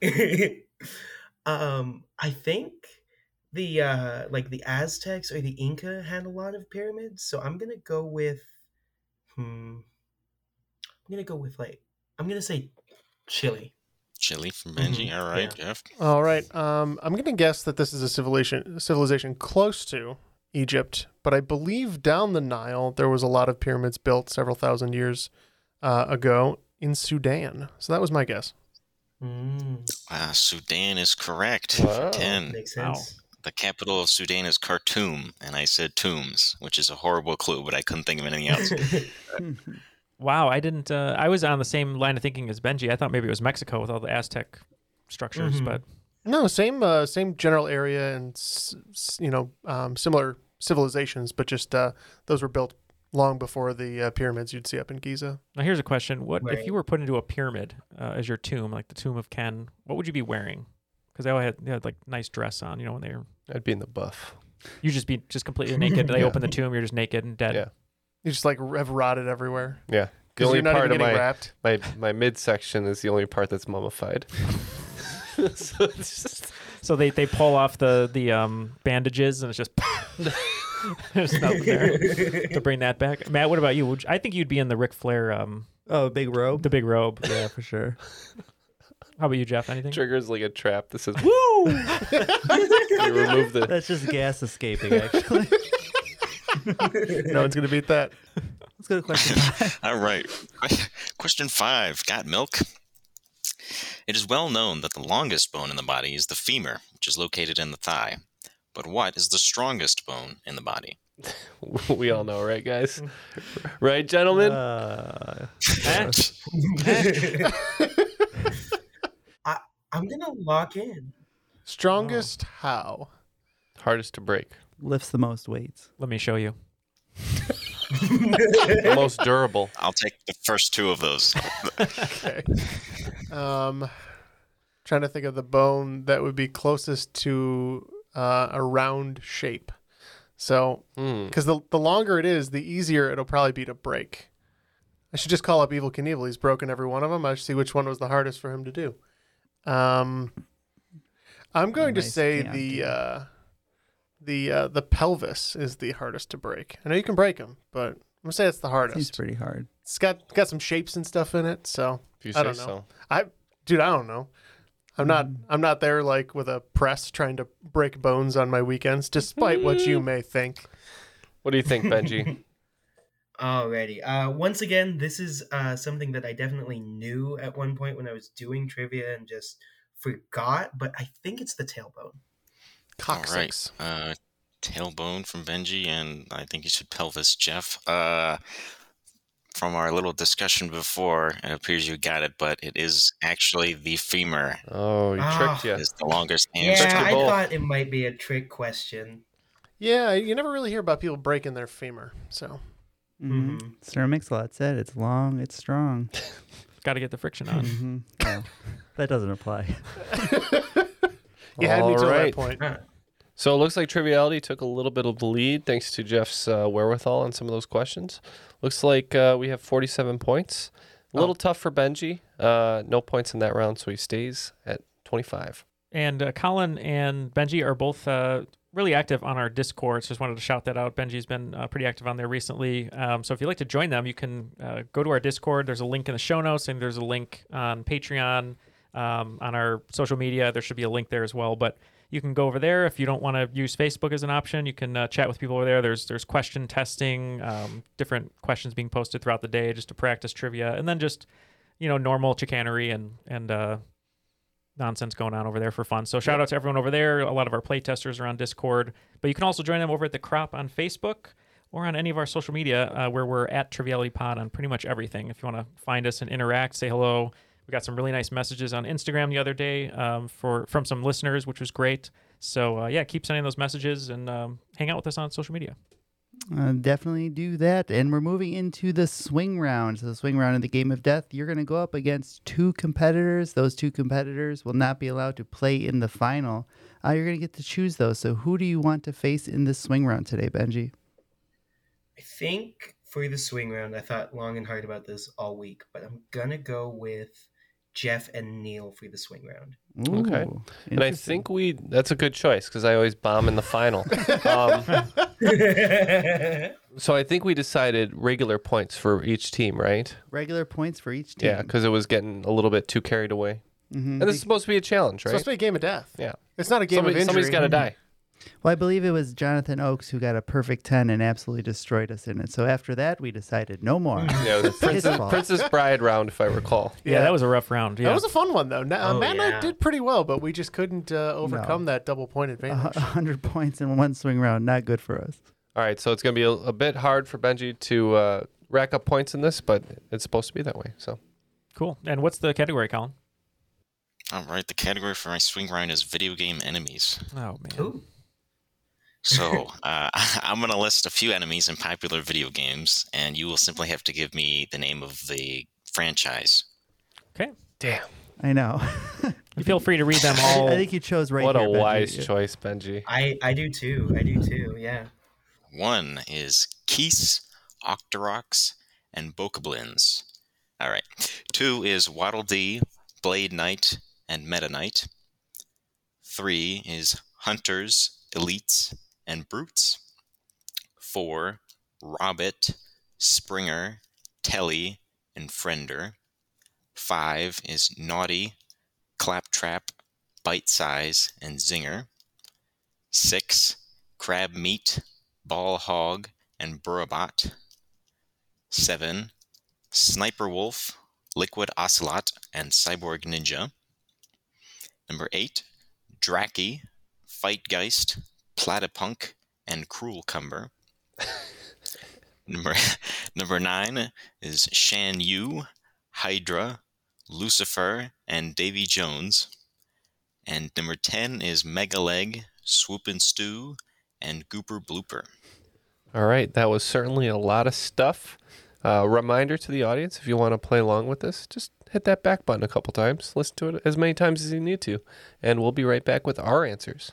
S10: (laughs)
S8: (laughs)
S10: um, I think the uh, like the Aztecs or the Inca had a lot of pyramids, so I'm gonna go with. Hmm, I'm gonna go with like I'm gonna say Chile.
S9: Chile from
S10: Mm-hmm.
S9: Benji. All right, Jeff.
S8: All right. Um, I'm going to guess that this is a civilization civilization close to Egypt, but I believe down the Nile there was a lot of pyramids built several thousand years uh, ago in Sudan. So that was my guess.
S7: Hmm.
S9: Ah, Sudan is correct.
S8: Wow.
S9: 10.
S10: Makes
S8: Wow.
S10: sense.
S9: The capital of Sudan is Khartoum, and I said tombs, which is a horrible clue, but I couldn't think of anything else.
S8: (laughs)
S2: Wow, I didn't. Uh, I was on the same line of thinking as Benji. I thought maybe it was Mexico with all the Aztec structures,
S8: Mhm.
S2: but
S8: No, same uh, same general area and s- s- you know um, similar civilizations, but just uh, those were built long before the uh, pyramids you'd see up in Giza.
S2: now here's a question: What if
S10: Right.
S2: you were put into a pyramid uh, as your tomb, like the tomb of Ken? What would you be wearing? Because they all had they had like nice dress on, you know, when they were.
S7: I'd be in the buff.
S2: You just be just completely naked. They
S7: Yeah.
S2: open the tomb, you're just naked and dead.
S7: Yeah.
S8: You just like have rotted
S7: (laughs)
S8: everywhere.
S7: Yeah. The
S8: 'Cause
S7: only
S8: you're not
S7: part
S8: even
S7: of
S8: getting
S7: my,
S8: wrapped.
S7: my my midsection is the only part
S8: (laughs)
S7: that's mummified. (laughs) so it's just
S2: So they, they pull off the the um, bandages and it's just (laughs) there's
S7: (laughs)
S2: nothing there to bring that back. Matt, what about you? Would you- I think you'd be in the Ric Flair. Um,
S6: oh, big robe.
S2: The big robe.
S6: Yeah, for sure.
S2: How about you, Jeff? Anything?
S7: triggers like a trap. This is
S8: (laughs)
S7: woo. you remove the.
S6: That's just gas escaping, actually.
S8: (laughs) no one's gonna beat that.
S6: Let's go to question. five.
S9: All right. Question five. Got milk? It is well known that the longest bone in the body is the femur, which is located in the thigh. But what is the strongest bone in the body?
S7: (laughs) We all know, right, guys? Right, gentlemen.
S6: Uh,
S9: (laughs)
S2: Eh?
S10: (laughs)
S8: (laughs)
S10: I I'm gonna lock in.
S8: Strongest how?
S7: (laughs) Hardest to break.
S6: Lifts the most weights.
S2: Let me show you.
S7: (laughs) The most durable.
S9: I'll take the first two of those.
S8: Okay. Um, trying to think of the bone that would be closest to uh, a round shape. So, because the, the longer it is, the easier it'll probably be to break. I should just call up Evil Knievel. He's broken every one of them. I should see which one was the hardest for him to do. Um, I'm going to
S6: Nice
S8: say
S6: jam,
S8: the
S6: dude.
S8: uh, the uh, the pelvis is the hardest to break. I know you can break them, but I'm gonna say it's the hardest.
S6: Seems pretty hard.
S8: It's got got some shapes and stuff in it, so
S7: If you
S8: I
S7: say
S8: don't know.
S7: so.
S8: I dude, I don't know. I'm not
S7: Mm.
S8: I'm not there like with a press trying to break bones on my weekends, despite what
S7: Mm.
S8: you may think.
S7: What do you think, Benji?
S10: Alrighty. Uh, once again, this is uh, something that I definitely knew at one point when I was doing trivia and just forgot, but I think it's the tailbone.
S9: All right. Uh, tailbone from Benji, and I think you should pelvis, Jeff. Uh, from our little discussion before, it appears you got it, but it is actually the femur.
S7: Oh,
S10: he tricked Ah. ya.
S9: It's the longest answer.
S10: Yeah, I thought it might be a trick question.
S8: (laughs) Yeah, you never really hear about people breaking their femur. So
S6: hmm
S10: Mm-hmm.
S6: Sarah Mix-a-Lot said it's long, it's
S2: (laughs)
S6: strong.
S2: Got to get the friction on.
S6: hmm
S10: (laughs)
S6: that doesn't apply.
S8: you had me
S7: All
S8: till (laughs)
S7: right.
S8: that point.
S10: Huh.
S7: So it looks like Triviality took a little bit of the lead thanks to Jeff's uh, wherewithal on some of those questions. Looks like uh, we have 47 points. A
S8: Oh.
S7: little tough for Benji. Uh, no points in that round, so he stays at 25.
S2: And uh, Colin and Benji are both uh, really active on our Discord. So just wanted to shout that out. Benji's been uh, pretty active on there recently. Um, so if you'd like to join them, you can uh, go to our Discord. There's a link in the show notes, and there's a link on Patreon, um, on our social media. There should be a link there as well. But you can go over there if you don't want to use Facebook as an option. You can uh, chat with people over there. There's there's question testing, um, different questions being posted throughout the day just to practice trivia, and then just you know normal chicanery and and uh, nonsense going on over there for fun. So shout out to everyone over there. A lot of our playtesters are on Discord, but you can also join them over at the Crop on Facebook or on any of our social media uh, where we're at Triviality Pod on pretty much everything. If you want to find us and interact, say hello. We got some really nice messages on Instagram the other day um, for from some listeners, which was great. So uh, yeah, keep sending those messages and um, hang out with us on social media.
S6: Uh, definitely do that. And we're moving into the swing round. So, the swing round of the game of death, you're going to go up against two competitors. Those two competitors will not be allowed to play in the final. Uh, you're going to get to choose those. So, who do you want to face in this swing round today,
S7: (laughs)
S6: Benji?
S10: I think for the swing round, I thought long and hard about this all week, but I'm gonna go with Jeff and Neil for the swing round.
S7: okay.
S6: Ooh,
S7: And I
S6: interesting.
S7: think we that's a good choice because I always bomb in
S8: (laughs)
S7: the final. Um, so I think we decided regular points for each team, right?
S6: Regular points for each team.
S7: Yeah, because it was getting a little bit too carried
S8: (laughs)
S7: away.
S6: Mhm.
S7: And this is supposed to be a challenge,
S8: It's
S7: right?
S8: supposed to be a game of death.
S7: Yeah.
S8: It's not a game
S7: Somebody-
S8: of injury.
S7: somebody's gotta die.
S6: Well, I believe it was Jonathan Oakes who got a perfect 10 and absolutely destroyed us in it. So, after that, we decided no more.
S7: yeah, it was
S6: It's his
S7: Princess,
S6: fault.
S7: Princess Bride round, if I recall.
S2: Yeah, that was a rough round.
S8: That was a fun one though. Now,
S7: Oh,
S8: Matt and
S7: yeah.
S8: I did pretty well, but we just couldn't uh, overcome that double point advantage.
S7: Uh-huh.
S6: 100 points in one swing round. Not good for us.
S7: All right, so it's going to be a, a bit hard for Benji to uh, rack up points in this, but it's supposed to be that way. So
S2: Cool. And what's the category, Colin?
S9: All right, the category for my swing round is video game
S10: (laughs)
S9: enemies.
S2: Oh man.
S9: So uh, (laughs) I'm going to list a few enemies in popular video games, and you will simply have to give me the name of the franchise.
S2: Okay.
S7: Damn.
S6: I know. (laughs)
S2: You feel free to read them
S6: I- I think you chose right
S7: What
S6: here,
S7: a
S6: Benji.
S7: wise
S6: Yeah.
S7: choice, Benji.
S10: I I do too. I do too. Yeah.
S9: One is Keese, Octorox, and Bokoblins. All right. Two is Waddle Dee, Blade Knight, and Meta Knight. Three is Hunters, Elites, and Brutes. Four, Robbit, Springer, Telly, and Friender. Five is Naughty, Claptrap, Bite Size, and Zinger. Six, Crab Meat, Ball Hog, and Burabot. 7. Sniper Wolf, Liquid Ocelot, and Cyborg Ninja. Number 8. Draki, Fightgeist, Platypunk, and Cruel Cumber. number, number 9 is Shan Yu, Hydra, Lucifer, and Davy Jones. And number 10 is Mega Leg, Swoop and Stew, and Gooper Blooper.
S7: All right, that was certainly a lot of stuff. Uh, reminder to the audience if you want to play along with this, just hit that back button a couple times. Listen to it as many times as you need to, and we'll be right back with our answers.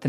S11: The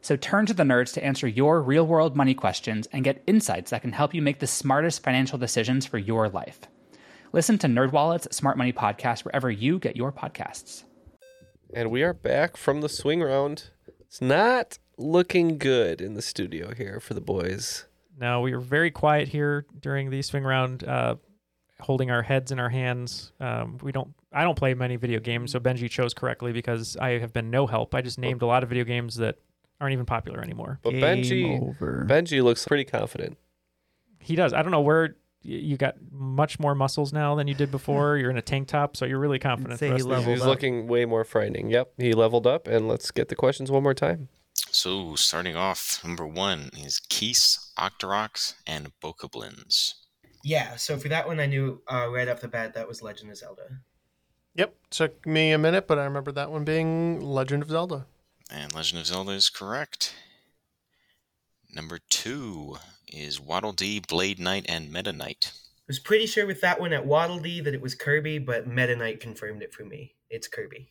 S11: So turn to the nerds to answer your real world money questions and get insights that can help you make the smartest financial decisions for your life. Listen to NerdWallet's Smart Money Podcast wherever you get your podcasts.
S7: And we are back from the swing round. It's not looking good in the studio here for the boys.
S2: Now we were very quiet here during the swing round, uh, holding our heads in our hands. Um, we don't. I don't play many video games, so Benji chose correctly because I have been no help. I just named a lot of video games that aren't even popular anymore.
S7: But Benji, Benji looks pretty confident.
S2: he does. I don't know where y- you got much more muscles now than you did before. You're in a tank top, so you're really confident. for us to-
S7: He's looking way more frightening. Yep, he leveled up, and let's get the questions one more time.
S9: So, starting off, number one is Keese, Octorox, and Bokoblins.
S10: Yeah, so for that one, I knew uh, right off the bat that was Legend of Zelda.
S8: Yep. Took me a minute, but I remember that one being Legend of Zelda.
S9: And Legend of Zelda is correct. Number two is Waddle Dee, Blade Knight, and Meta Knight.
S10: I was pretty sure with that one at Waddle Dee that it was Kirby, but Meta Knight confirmed it for me. It's Kirby.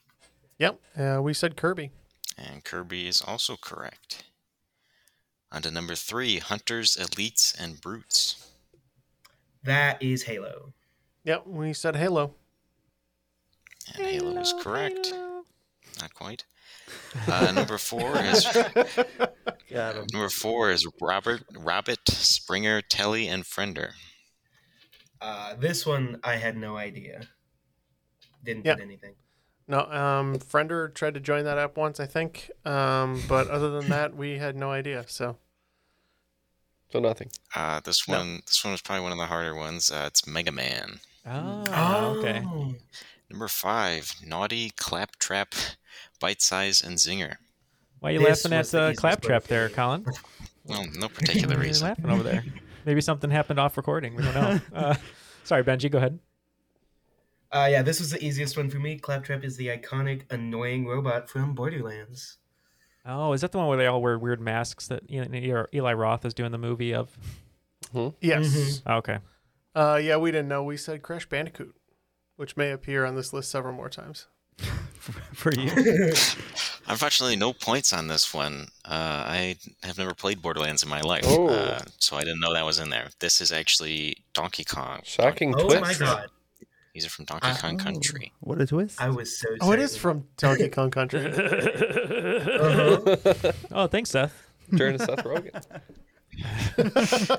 S8: Yep. Uh, we said Kirby.
S9: And Kirby is also correct. On to number three Hunters, Elites, and Brutes.
S10: That is Halo.
S8: Yep. We said Halo.
S9: And Halo, is correct. Not quite. Uh, number four is number four is Robert, Robert, Springer, Telly, and Friender.
S10: Uh, this one, I had no idea. Didn't
S8: Yeah.
S10: put anything.
S8: No, um, Friender tried to join that up once, I think. Um, but other than that, we had no idea. So
S7: So nothing.
S9: Uh, this one, this one was probably one of the harder ones. Uh, it's Mega Man.
S2: Oh,
S9: okay. (gasps) Number five, Naughty, Claptrap, Bite Size, and Zinger.
S2: Why are you
S9: This
S2: laughing
S9: was
S2: at
S9: the
S2: uh,
S9: easiest
S2: claptrap there, Colin?
S9: Well,
S2: (laughs)
S9: no particular
S2: What are you
S9: reason.
S2: laughing over there. Maybe something happened off recording. We don't know. Uh, sorry, Benji. Go ahead.
S10: Uh, yeah, this was the easiest one for me. Claptrap is the iconic, annoying robot from Borderlands.
S2: Oh, is that the one where they all wear weird masks that E- E- Eli Roth is doing the movie of?
S7: Hmm?
S2: Mm-hmm.
S8: Yes. Mhm.
S2: Okay.
S8: uh, yeah, we didn't know. We said Crash Bandicoot, which may appear on this list several more times.
S6: for
S10: (laughs)
S6: you.
S9: (laughs) Unfortunately, no points on this one. Uh, I have never played Borderlands in my life,
S7: Oh.
S9: uh, so I didn't know that was in there. This is actually Donkey Kong.
S7: Shocking
S9: Donkey
S7: twist. Oh
S9: Kong
S7: my
S9: Country.
S7: God.
S9: These are from Donkey Kong Country.
S6: What a twist!
S10: I was so.
S8: Oh, it is from Donkey Kong Country.
S2: (laughs) Oh, thanks, Seth.
S7: Uh-huh. Turn to Seth Rogen.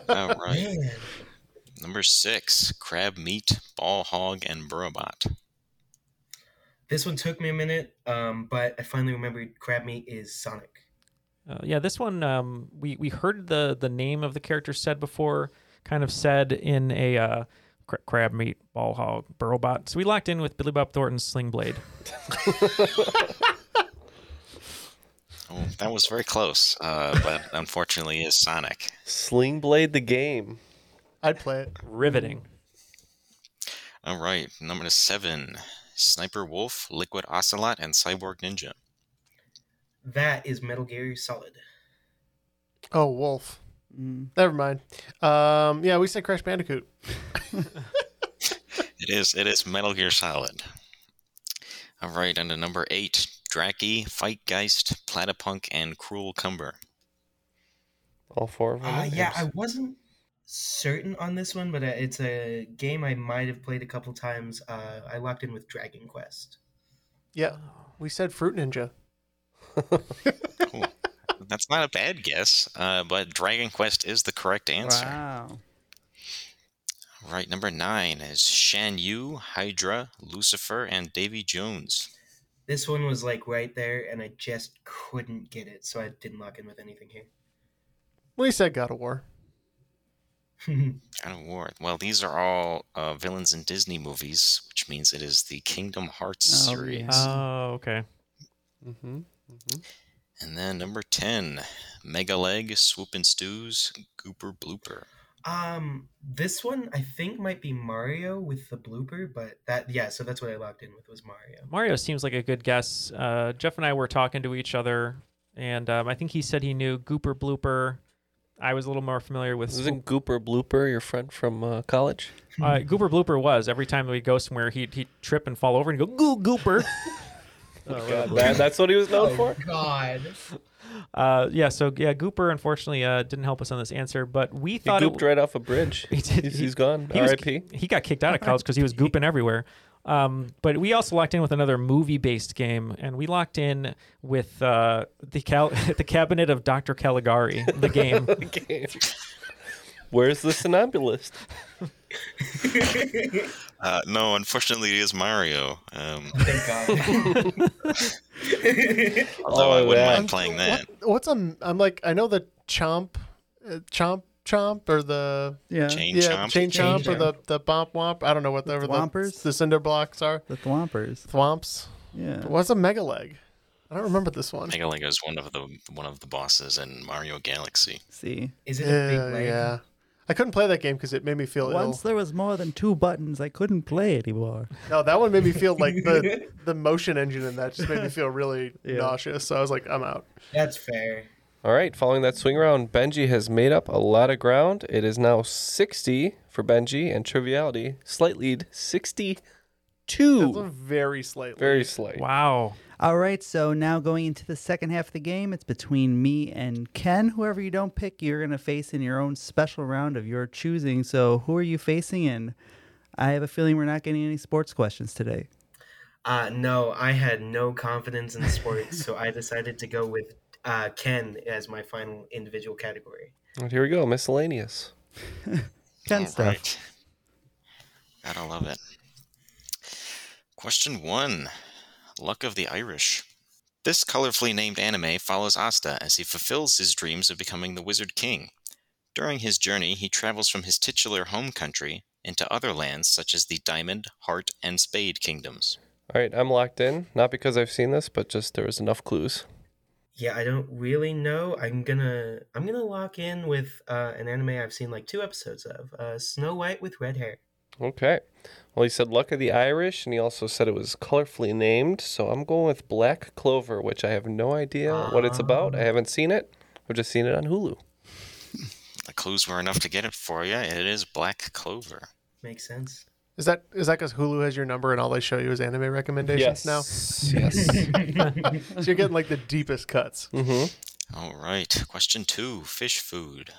S9: (laughs)
S2: (laughs)
S9: All right. Number six: Crab Meat, Ball Hog, and Burrobot.
S10: This one took me a minute, um, but I finally remembered crab meat is Sonic.
S2: Uh, yeah, this one um, we we heard the the name of the character said before, kind of said in a uh, cra- crab meat ball hog burrowbot. So we locked in with Billy Bob Thornton's Sling
S7: (laughs)
S2: Blade.
S9: Oh, that was very close, uh, but unfortunately, is Sonic.
S7: Sling Blade the game.
S8: I'd play it.
S2: Riveting.
S9: All right. Number seven: Sniper Wolf, Liquid Ocelot, and Cyborg Ninja.
S10: That is Metal Gear Solid.
S8: Oh, Wolf. Never mind. Um, yeah, we said Crash Bandicoot. (laughs)
S9: It is. It is Metal Gear Solid. All right, on to number eight: Draki, Fightgeist, Platypunk, and Cruel Cumber.
S7: All four of them.
S10: Uh, yeah, I wasn't certain on this one, but uh, it's a game I might have played a couple times. Uh, I locked in with Dragon Quest.
S8: Yeah, we said Fruit Ninja.
S9: That's not a bad guess, uh, but Dragon Quest is the correct answer.
S6: Wow.
S9: All right, number nine is Shan Yu, Hydra, Lucifer, and Davy Jones.
S10: This one was like right there, and I just couldn't get it, so I didn't lock in with anything here.
S8: At least I got a war.
S9: God of War. Well, these are all uh, villains in Disney movies, which means it is the Kingdom Hearts
S2: Oh,
S9: series.
S2: yeah. Oh, okay.
S7: Mm-hmm.
S9: And then number 10, Mega Leg, Swoopin' Stews, Gooper Blooper.
S10: Um, this one I think might be Mario with the blooper, but that yeah, so that's what I locked in with was Mario.
S2: Mario seems like a good guess. Uh, Jeff and I were talking to each other, and um, I think he said he knew Gooper Blooper. I was a little more familiar with.
S7: Isn't Gooper Blooper your friend from uh, college?
S2: Uh, Gooper Blooper was every time we go somewhere, he'd, he'd trip and fall over and go
S7: (laughs)
S2: goo (laughs) Gooper. Oh,
S7: Oh, God, that- that's what he was known for?
S10: God.
S2: Uh, yeah, so yeah, Gooper unfortunately uh, didn't help us on this answer, but we thought
S7: gooped
S2: it,
S7: right off a
S2: (laughs)
S7: bridge.
S2: he did,
S7: He's- he's gone.
S2: was-
S7: R.I.P..
S2: he got kicked out of college because
S7: (laughs)
S2: he was gooping everywhere. Um, but we also locked in with another movie-based game, and we locked in with uh, the cal- (laughs) the cabinet of Dr. Caligari, the
S7: (laughs)
S2: game.
S7: The game. Where's the
S9: (laughs)
S7: somnambulist?
S9: Uh, no, unfortunately, it is Mario. Um,
S2: Oh,
S6: (laughs)
S9: (laughs) although I
S7: Oh,
S9: wouldn't
S7: yeah.
S9: mind playing that.
S8: What's a? I'm like I know the chomp, uh, chomp chomp or the
S6: Yeah.
S9: Chain
S8: yeah
S9: chomp?
S8: chain
S6: Chain
S8: chomp or
S6: chomp.
S8: the the bomp womp. I don't know what the,
S6: thwompers?
S8: the the cinder blocks are.
S6: The Thwompers.
S8: Thwomps.
S6: Yeah.
S8: But what's a mega leg? I don't remember this one.
S9: Mega Leg is one of the one of the bosses in Mario Galaxy.
S6: See.
S10: Is
S8: Yeah, Yeah. I couldn't play that game because it made me feel
S6: Once there was more than two buttons, I couldn't play
S10: (laughs)
S6: anymore.
S8: ill. No, that one made me feel like the the motion engine in that just made me feel really nauseous. So I was like, I'm out.
S10: That's fair.
S7: All right, following that swing round, Benji has made up a lot of ground. It is now 60 for Benji and Triviality. Slight lead 62.
S8: That's a very slight.
S7: Very slight.
S2: Wow.
S6: All right, so now going into the second half of the game, it's between me and Ken. Whoever you don't pick, you're going to face in your own special round of your choosing. So, who are you facing in? I have a feeling we're not getting any sports questions today.
S10: Uh, no, I had no confidence in sports, (laughs) so I decided to go with uh, Ken as my final individual category.
S7: And here we go,
S6: (laughs)
S7: miscellaneous.
S6: Ken
S9: stuff. Gotta love it. Question one Luck of the Irish. This colorfully named anime follows Asta as he fulfills his dreams of becoming the Wizard King. During his journey, he travels from his titular home country into other lands such as the Diamond, Heart, and Spade kingdoms.
S7: All right, I'm locked in. Not because I've seen this, but just there was enough clues.
S10: Yeah, I don't really know. I'm gonna I'm gonna lock in with uh, an anime I've seen like two episodes of, uh, Snow White with red hair.
S7: Okay. Well, he said Luck of the Irish, and he also said it was colorfully named. So I'm going with Black Clover, which I have no idea what it's about. I haven't seen it. I've just seen it on Hulu.
S9: The clues were enough to get it for you. It is Black Clover.
S10: Makes sense.
S8: Is that is that because Hulu has your number and all they show you is anime recommendations
S7: Yes.
S8: now?
S7: Yes.
S8: (laughs) so you're getting like the deepest cuts.
S7: Mm-hmm.
S9: All right. Question two Fish food.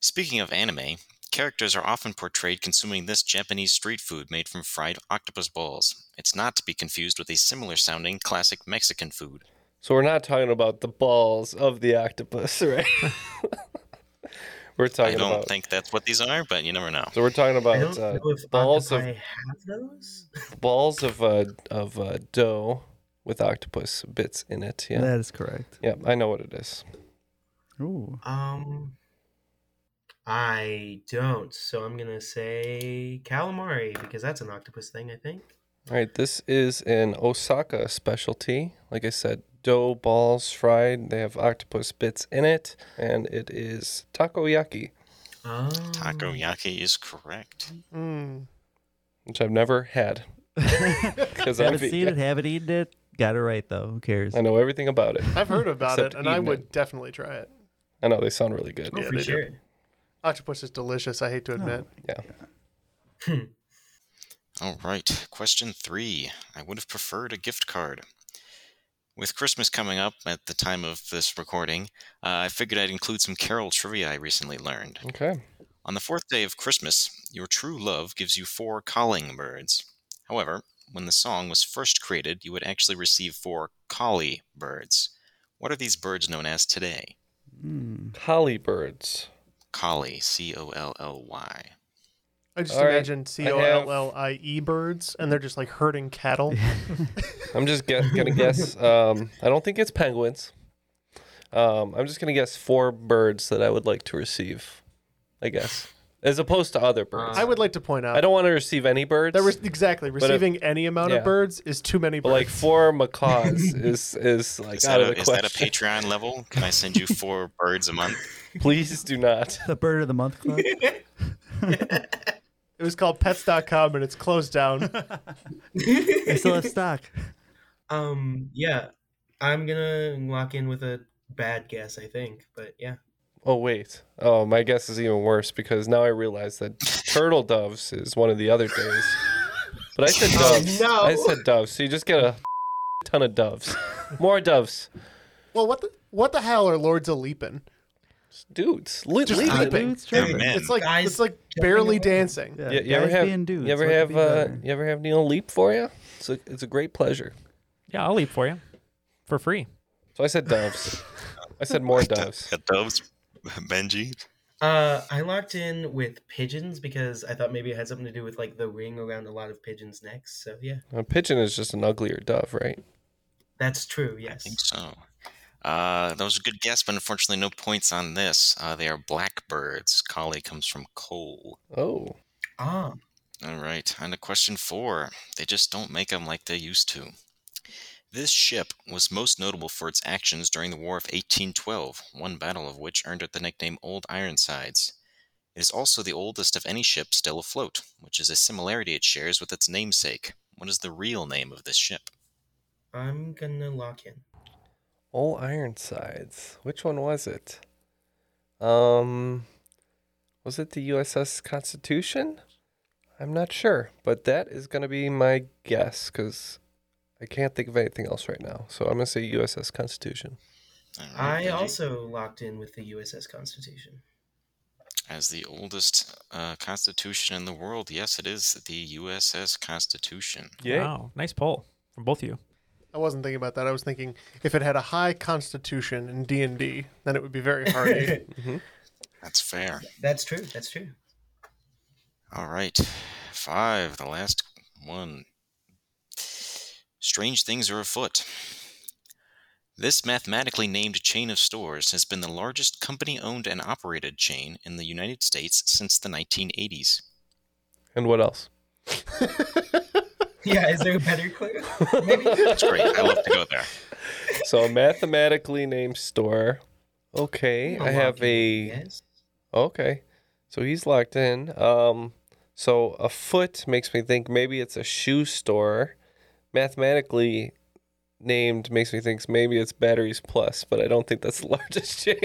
S9: Speaking of anime, characters are often portrayed consuming this Japanese street food made from fried octopus balls. It's not to be confused with a similar sounding classic Mexican food.
S7: So we're not talking about the balls of the octopus, (laughs) right? we're talking
S9: I don't
S7: about.
S9: think that's what these are, but you never know.
S7: So we're talking
S10: I don't
S7: about uh,
S10: know if
S7: balls
S10: octopi
S7: of
S10: have those.
S7: balls of uh, of uh, dough with octopus bits in it. Yeah,
S6: That is correct.
S7: Yeah, I know what it is.
S6: Ooh.
S10: Um, I don't. So I'm gonna say calamari because that's an octopus thing, I think.
S7: All right, this is an Osaka specialty. Like I said, dough balls fried. They have octopus bits in it, and it is takoyaki, uh,
S6: Ah.
S10: Oh,
S9: Takoyaki is correct.
S8: Mm.
S7: which I've never
S6: (laughs)
S7: had. Because
S6: haven't seen it, haven't eaten it. Got it right, though. Who cares?
S7: I know everything about it.
S8: I've heard about it,
S7: Except
S8: and I
S7: eating
S8: would definitely try it.
S7: I know they sound really
S6: Oh,
S7: good.
S8: Yeah, they do. Octopus is delicious. I hate to admit.
S7: Yeah.
S9: All right. Question three. I would have preferred a gift card. With Christmas coming up at the time of this recording, uh, I figured I'd include some Carol trivia I recently learned.
S7: Okay.
S9: On the fourth day of Christmas, your true love gives you four calling birds. However, when the song was first created, you would actually receive four collie birds. What are these birds known as today?
S6: Hmm.
S7: Collie birds.
S9: Collie, C O L L Y.
S8: I just
S7: All right,
S8: imagine
S7: I
S8: C
S7: have-
S8: O L L I E birds, and they're just like herding cattle.
S7: (laughs) I'm just gu-
S8: (laughs)
S7: gonna
S6: (laughs)
S7: guess. Um, I don't think it's penguins. Um, I'm just gonna guess four birds that I would like to receive. I guess, as opposed to other birds.
S8: Uh, I would like to point out
S7: I don't want to receive any birds.
S8: that re- exactly
S7: But if-
S8: receiving any amount
S7: yeah.
S8: of birds is too many
S7: But
S8: birds.
S7: like four macaws is is like
S9: Is,
S7: out
S9: that
S7: of
S9: a,
S7: the
S9: is that a
S7: question.
S9: Patreon level? Can I send
S7: (laughs)
S9: you four birds a month?
S7: Please do not.
S6: The bird of the month club.
S8: It was called Pets.com, and it's closed
S7: (laughs)
S8: down.
S6: I still have stock.
S10: Um, yeah, I'm gonna lock in with a bad guess, I think, but yeah.
S7: Oh wait. Oh, my guess is even worse because now I realize that turtle doves is one of the other days. But I said
S10: Oh,
S7: doves.
S10: no.
S7: I said doves. So you just get a ton of doves.
S8: (laughs)
S7: More doves.
S8: well, what the what the hell are lords a leaping?
S7: Dudes, le-
S8: just
S7: leaping.
S8: leaping.
S7: Dudes jumping. They're men.
S8: It's like
S7: Guys
S8: it's like barely dancing.
S7: you, you ever have you ever
S8: What could
S7: have
S8: be
S7: uh,
S8: better?
S7: you ever have Neil leap for you? It's a, it's a great pleasure.
S2: Yeah, I'll leap for you for free.
S7: So I said doves. I said more doves.
S9: doves, Benji.
S10: Uh, I locked in with pigeons because I thought maybe it had something to do with like the ring around a lot of pigeons' necks. So yeah,
S7: A pigeon is just an uglier dove, right?
S10: that's true. Yes.
S9: think so. Uh, that was a good guess, but unfortunately, no points on this. Uh, they are blackbirds. Collie comes from coal.
S7: Oh.
S10: Ah.
S9: All right, on to question four. They just don't make them like they used to. This ship was most notable for its actions during the War of 1812, one battle of which earned it the nickname Old Ironsides. It is also the oldest of any ship still afloat, which is a similarity it shares with its namesake. What is the real name of this ship?
S10: I'm gonna lock in.
S7: All Ironsides. Which one was it? Um, was it the USS Constitution? I'm not sure, but that is going to be my guess because I can't think of anything else right now. So I'm going to say USS Constitution.
S10: I also locked in with the USS Constitution.
S9: As the oldest uh, constitution in the world, yes, it is the USS Constitution.
S2: Wow, Oh, nice poll from both of you.
S8: I wasn't thinking about that. I was thinking if it had a high constitution in D and D, then it would be
S2: (laughs)
S8: very hardy.
S7: Mm-hmm.
S9: That's fair.
S10: That's true. That's true.
S9: All right. Five, the last one. Strange things are afoot. This mathematically named chain of stores has been the largest company owned and operated chain in the United States since the 1980s.
S7: And what else?
S10: (laughs) Yeah, is there a better
S6: (laughs)
S10: clue?
S9: That's great. I love to go there.
S7: So a mathematically named store. Okay,
S9: I'm
S7: I have a. Okay, so he's locked in. Um, so a foot makes me think maybe it's a shoe store. Mathematically named makes me think maybe it's batteries plus, but I don't think that's the (laughs) largest chain.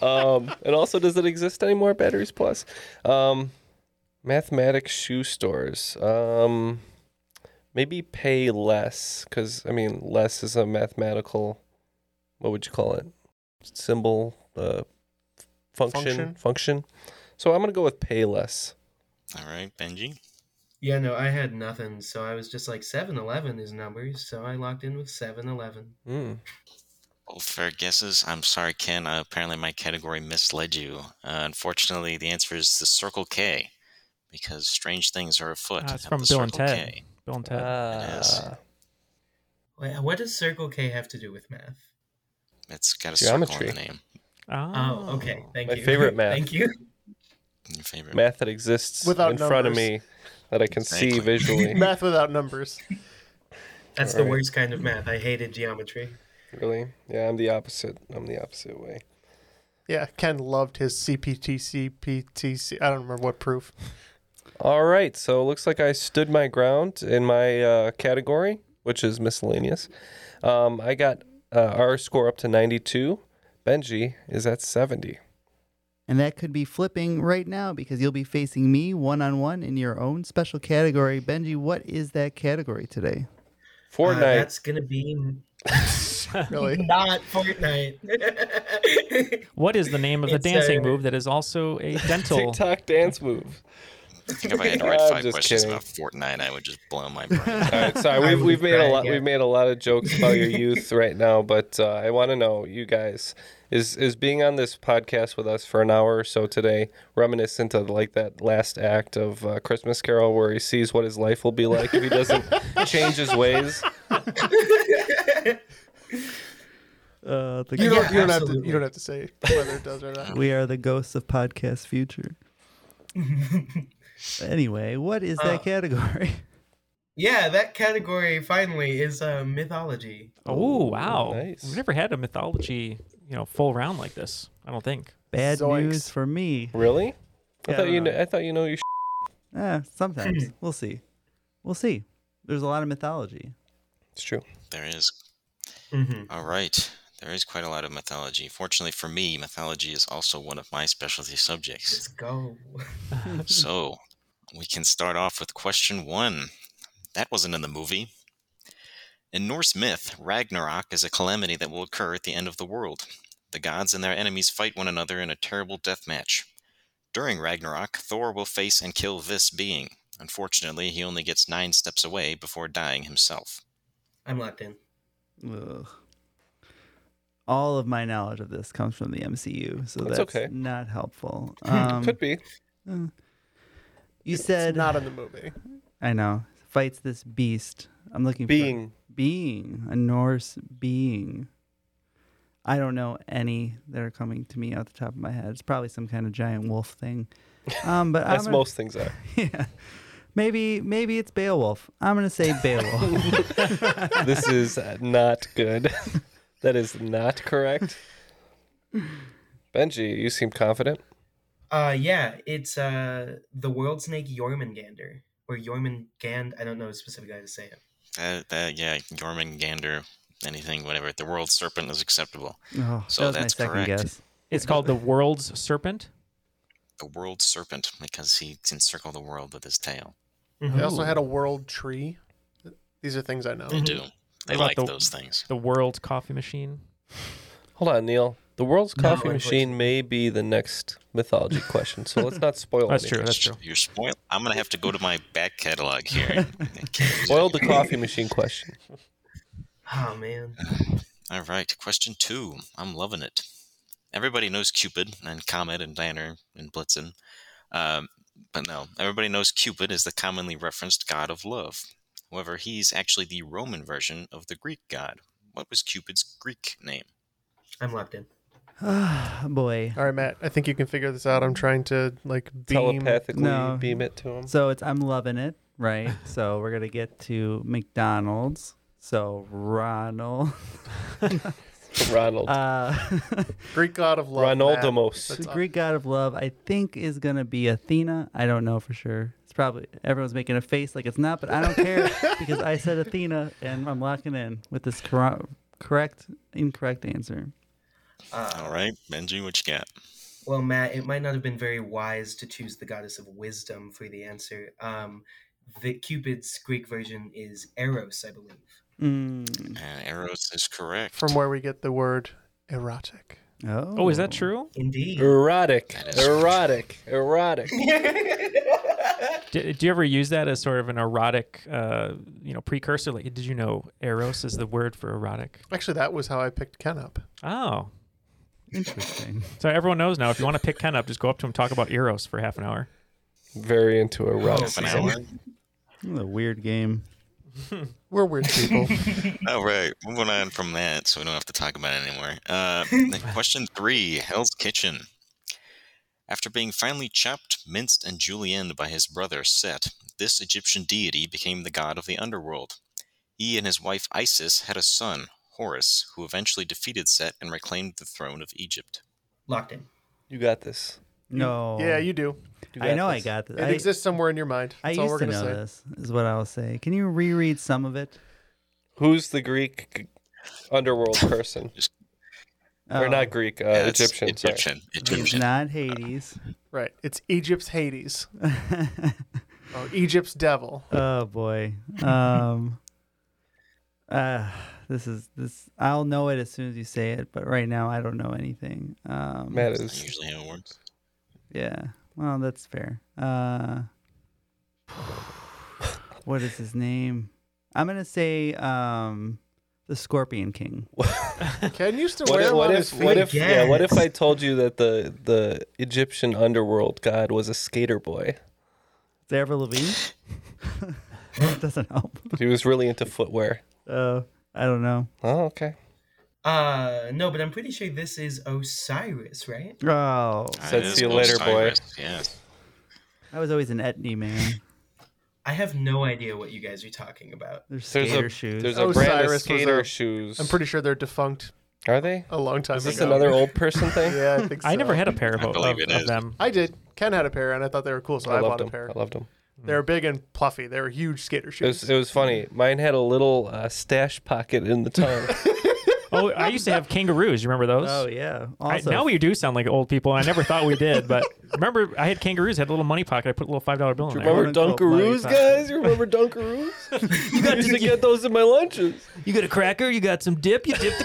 S7: um, and also, does it exist anymore? Batteries plus. Um, mathematics shoe stores. Um, maybe pay less because I mean less is a mathematical. What would you call it? Symbol. Uh, function.
S8: Function?
S7: Function. So I'm gonna go with pay less.
S9: All right, Benji.
S10: Yeah, no, I had nothing, so I was just like 7-Eleven is numbers, so I locked in with 7-Eleven.
S7: Mm.
S9: Both fair guesses. I'm sorry, Ken. Uh, apparently, my category misled you. Uh, unfortunately, the answer is the Circle K, because strange things are afoot.
S2: Ah, it's
S9: at
S2: from
S9: the
S2: Bill and
S9: Circle
S2: Ted.
S9: K.
S2: Bill and Ted.
S7: Ah.
S10: Wha- What does Circle K have to do with math?
S9: It's got a circle in the
S7: Geometry.
S9: name.
S10: Oh, okay. Thank
S7: My
S10: you. (laughs)
S7: favorite math.
S10: Thank you.
S9: Your favorite.
S7: Math that exists
S8: Without
S7: in front of me
S8: numbers.
S7: that I can see visually.
S8: Math without numbers.
S10: That's the
S7: Alright.
S10: worst kind of math. I hated geometry. Uh,
S7: Really? Yeah, I'm the opposite. I'm the opposite way.
S8: Yeah, Ken loved his CPTC PTC. I don't remember what proof.
S7: All right, so it looks like I stood my ground in my uh, category, which is miscellaneous. Um, I got uh, our score up to 92. Benji is at 70.
S6: And that could be flipping right now because you'll be facing me one on one in your own special category. Benji, what is that category today?
S10: Uh, that's gonna be
S8: really
S10: (laughs) not Fortnite.
S2: What is the name of the
S10: It's,
S2: dancing
S10: uh,
S7: (laughs)
S2: move that is also a dental?
S7: TikTok dance move.
S9: I think if I had to
S7: (laughs)
S9: write
S7: I'm
S9: five
S7: Uh, just
S9: questions
S7: kidding.
S9: about Fortnite, I would just
S7: (laughs)
S9: blow my brain. All
S7: All right,
S9: (laughs)
S7: sorry. We've, we've made a lot. We've made a lot of jokes about your youth right now, but uh, I want to know, you guys, is is being on this podcast with us for an hour or so today reminiscent of like that last act of uh, Christmas Carol, where he sees what his life will be like if he doesn't change his ways?
S6: (laughs) Uh, the
S8: You don't, you, don't have to, you don't have to say whether it does or
S6: (laughs)
S8: not.
S6: We are the ghosts of podcast
S10: (laughs)
S6: future. anyway, what is that
S10: Uh,
S6: category?
S10: Yeah, that category finally is uh, mythology.
S2: Oh wow! We've never had a mythology, you know, full round like this. I don't think.
S6: Bad news for me.
S7: Really? I
S6: Yeah,
S7: thought you.
S6: don't know.
S7: Kn- I thought you know you. Sh-
S6: Eh, sometimes we'll see. We'll see. There's a lot of mythology.
S7: It's true.
S9: There is. All right. There is quite a lot of mythology. Fortunately for me, mythology is also one of my specialty subjects.
S10: Go.
S9: (laughs)
S10: Hmm.
S9: so we can start off with question one. That wasn't in the movie. In Norse myth, Ragnarok is a calamity that will occur at the end of the world. The gods and their enemies fight one another in a terrible death match. During Ragnarok, Thor will face and kill this being. Unfortunately, he only gets nine steps away before dying himself.
S10: (laughs) I'm locked in.
S6: Ugh. All of my knowledge of this comes from the MCU, so
S7: That's
S6: that's,
S7: okay.
S6: not helpful.
S7: (laughs)
S6: Um,
S7: Could be.
S6: You said
S8: not in the movie.
S6: I know. Fights this beast. I'm looking
S7: Being.
S6: for being a Norse being. I don't know any that are coming to me off the top of my head. It's probably some kind of giant wolf
S7: (laughs)
S6: thing. Um, but
S7: As
S6: I'm gonna-
S7: most things are.
S6: (laughs) yeah. Maybe maybe it's Beowulf. I'm gonna say
S7: (laughs)
S6: Beowulf.
S7: this is uh, not
S6: (laughs)
S7: good. that is not correct. Benji, you seem confident.
S10: Uh, yeah, it's uh, the world snake Jormungandr or Jormungand. I don't know specifically how to say it.
S9: That, that yeah, Jormungandr, anything, whatever. The world serpent is acceptable.
S6: Oh,
S9: so that's correct.
S2: It's called the world's serpent.
S9: The world serpent because he can circle the world with his tail.
S8: They also had a world tree. These are things I know.
S9: They
S6: Mm-hmm.
S9: do. They
S2: What
S9: like
S2: about the-
S9: those things.
S2: The world's coffee machine.
S7: Hold on, Neil. The world's
S2: No,
S7: coffee
S2: unfortunately.
S7: machine may be the next mythology question, so let's not spoil.
S2: That's true,
S7: anything.
S2: that's true.
S9: You're spoiled. I'm gonna have to go to my back catalog here.
S2: (laughs)
S7: Spoil the coffee machine question.
S10: Oh
S7: (laughs)
S10: man.
S9: All right, question two. I'm loving it. Everybody knows Cupid and Comet and Lantern and Blitzen, um, but no, everybody knows Cupid is the commonly referenced god of love. However, he's actually the Roman version of the Greek god. What was Cupid's Greek name?
S10: I'm locked in.
S6: (sighs) Boy.
S8: All right, Matt. I think you can figure this out. I'm trying to like beam.
S7: Telepathically
S6: No.
S7: beam it to him.
S6: So it's I'm loving it, right? (laughs) so we're gonna get to McDonald's. So Ronald.
S7: (laughs) Ronald.
S6: Uh,
S8: (laughs) Greek god of love. Matt.
S7: Ronaldamos.
S8: That's
S6: the Greek god of love, I think, is gonna be Athena. I don't know for sure. It's probably everyone's making a face like it's not, but I
S8: (laughs)
S6: don't care because I said Athena, and I'm locking in with this cor- correct, incorrect answer.
S10: Uh,
S9: All right, Benji, what you got?
S10: Well, Matt, it might not have been very wise to choose the goddess of wisdom for the answer. Um, the Cupid's Greek version is Eros, I believe.
S6: Mm.
S9: Uh, Eros is correct.
S8: From where we get the word erotic.
S6: Oh.
S2: Oh, is that true?
S10: Indeed.
S7: Erotic.
S9: That is-
S7: Erotic. Erotic.
S2: Do, do you ever use that as sort of an erotic, uh, you know, precursor? Like, did you know eros is the word for erotic?
S8: Actually, that was how I picked Ken up. (laughs)
S2: Oh,
S6: Interesting.
S2: so everyone knows now. If you want to pick Ken up, just go up to him, talk about eros for half an hour.
S7: Very into erotic.
S9: Half an hour.
S6: What a weird game.
S8: We're weird people.
S6: (laughs)
S9: All Oh, right, moving on from that, so we don't have to talk about it anymore. Uh, then question three: Hell's Kitchen. After being finely chopped, minced, and julienned by his brother Set, this Egyptian deity became the god of the underworld. He and his wife Isis had a son, Horus, who eventually defeated Set and reclaimed the throne of Egypt.
S10: Locked in.
S7: You got this.
S6: No.
S8: Yeah, you do.
S7: You
S6: I
S7: got
S6: know I
S7: this.
S6: got this.
S8: It
S6: I,
S8: exists somewhere in your mind.
S6: I
S8: That's all
S6: used
S8: we're
S6: to
S8: gonna
S6: know
S8: say.
S6: this. Is what I'll say. Can you reread some of it?
S7: Who's the Greek g-
S9: (laughs)
S7: underworld person? Or
S6: Oh.
S7: not Greek, uh,
S9: Yeah, it's
S7: Egyptian. sorry.
S9: Egyptian.
S6: It's
S9: Egyptian.
S6: not Hades.
S8: (laughs) Right. It's Egypt's
S6: (laughs)
S8: Hades. oh, Egypt's devil.
S6: Oh boy. Um uh this is this I'll know it as soon as you say it, but right now I don't know anything. Um
S7: Matt
S9: That's
S7: is
S9: usually how it works.
S6: yeah. Well, that's fair. Uh What is his name? I'm gonna say um, the Scorpion King.
S8: Ken used to
S7: What
S8: wear
S7: if what
S8: one
S7: if,
S8: of his
S7: what
S8: feet.
S7: if yeah, what if I told you that the the Egyptian underworld god was a skater boy?
S6: Avril Lavigne. Doesn't help.
S7: He was really into footwear.
S6: Uh, I don't know.
S7: Oh, okay.
S10: Uh, no, but I'm pretty sure this is Osiris, right?
S6: Oh,
S7: Said, see you later, boy.
S6: I was always an Etney man.
S10: I have no idea what you guys are talking about.
S6: There's
S7: There's a- There's a brand of
S8: Osiris was
S7: skater
S8: a-
S7: shoes.
S8: I'm pretty sure they're defunct.
S7: Are they?
S8: A long time
S7: Is this
S8: ago. (laughs)
S7: another old person thing?
S8: yeah, I think
S7: (laughs)
S8: so.
S2: I never had a pair of, of, of them.
S8: I did. Ken had a pair, and I thought they were cool, so
S7: I
S8: I,
S7: loved
S8: bought a
S7: them.
S8: pair.
S7: I loved them.
S8: They were big and puffy. They were huge skater
S7: It was,
S8: shoes.
S7: it was funny. Mine had a little uh, stash pocket in the tongue.
S8: (laughs)
S2: Oh, I used to have kangaroos. You remember those?
S6: Oh, yeah.
S2: I-
S6: Also-
S2: now we do sound like old people. and I never thought we did, but (laughs) remember, I had kangaroos. Had a little money pocket. I put a little five dollar bill in
S7: Do you
S2: there.
S7: remember Dunkaroos, guys? You
S8: (laughs)
S7: remember Dunkaroos?
S2: (laughs)
S7: you used to get those in my lunches.
S2: You got a cracker. You got some dip. You dip the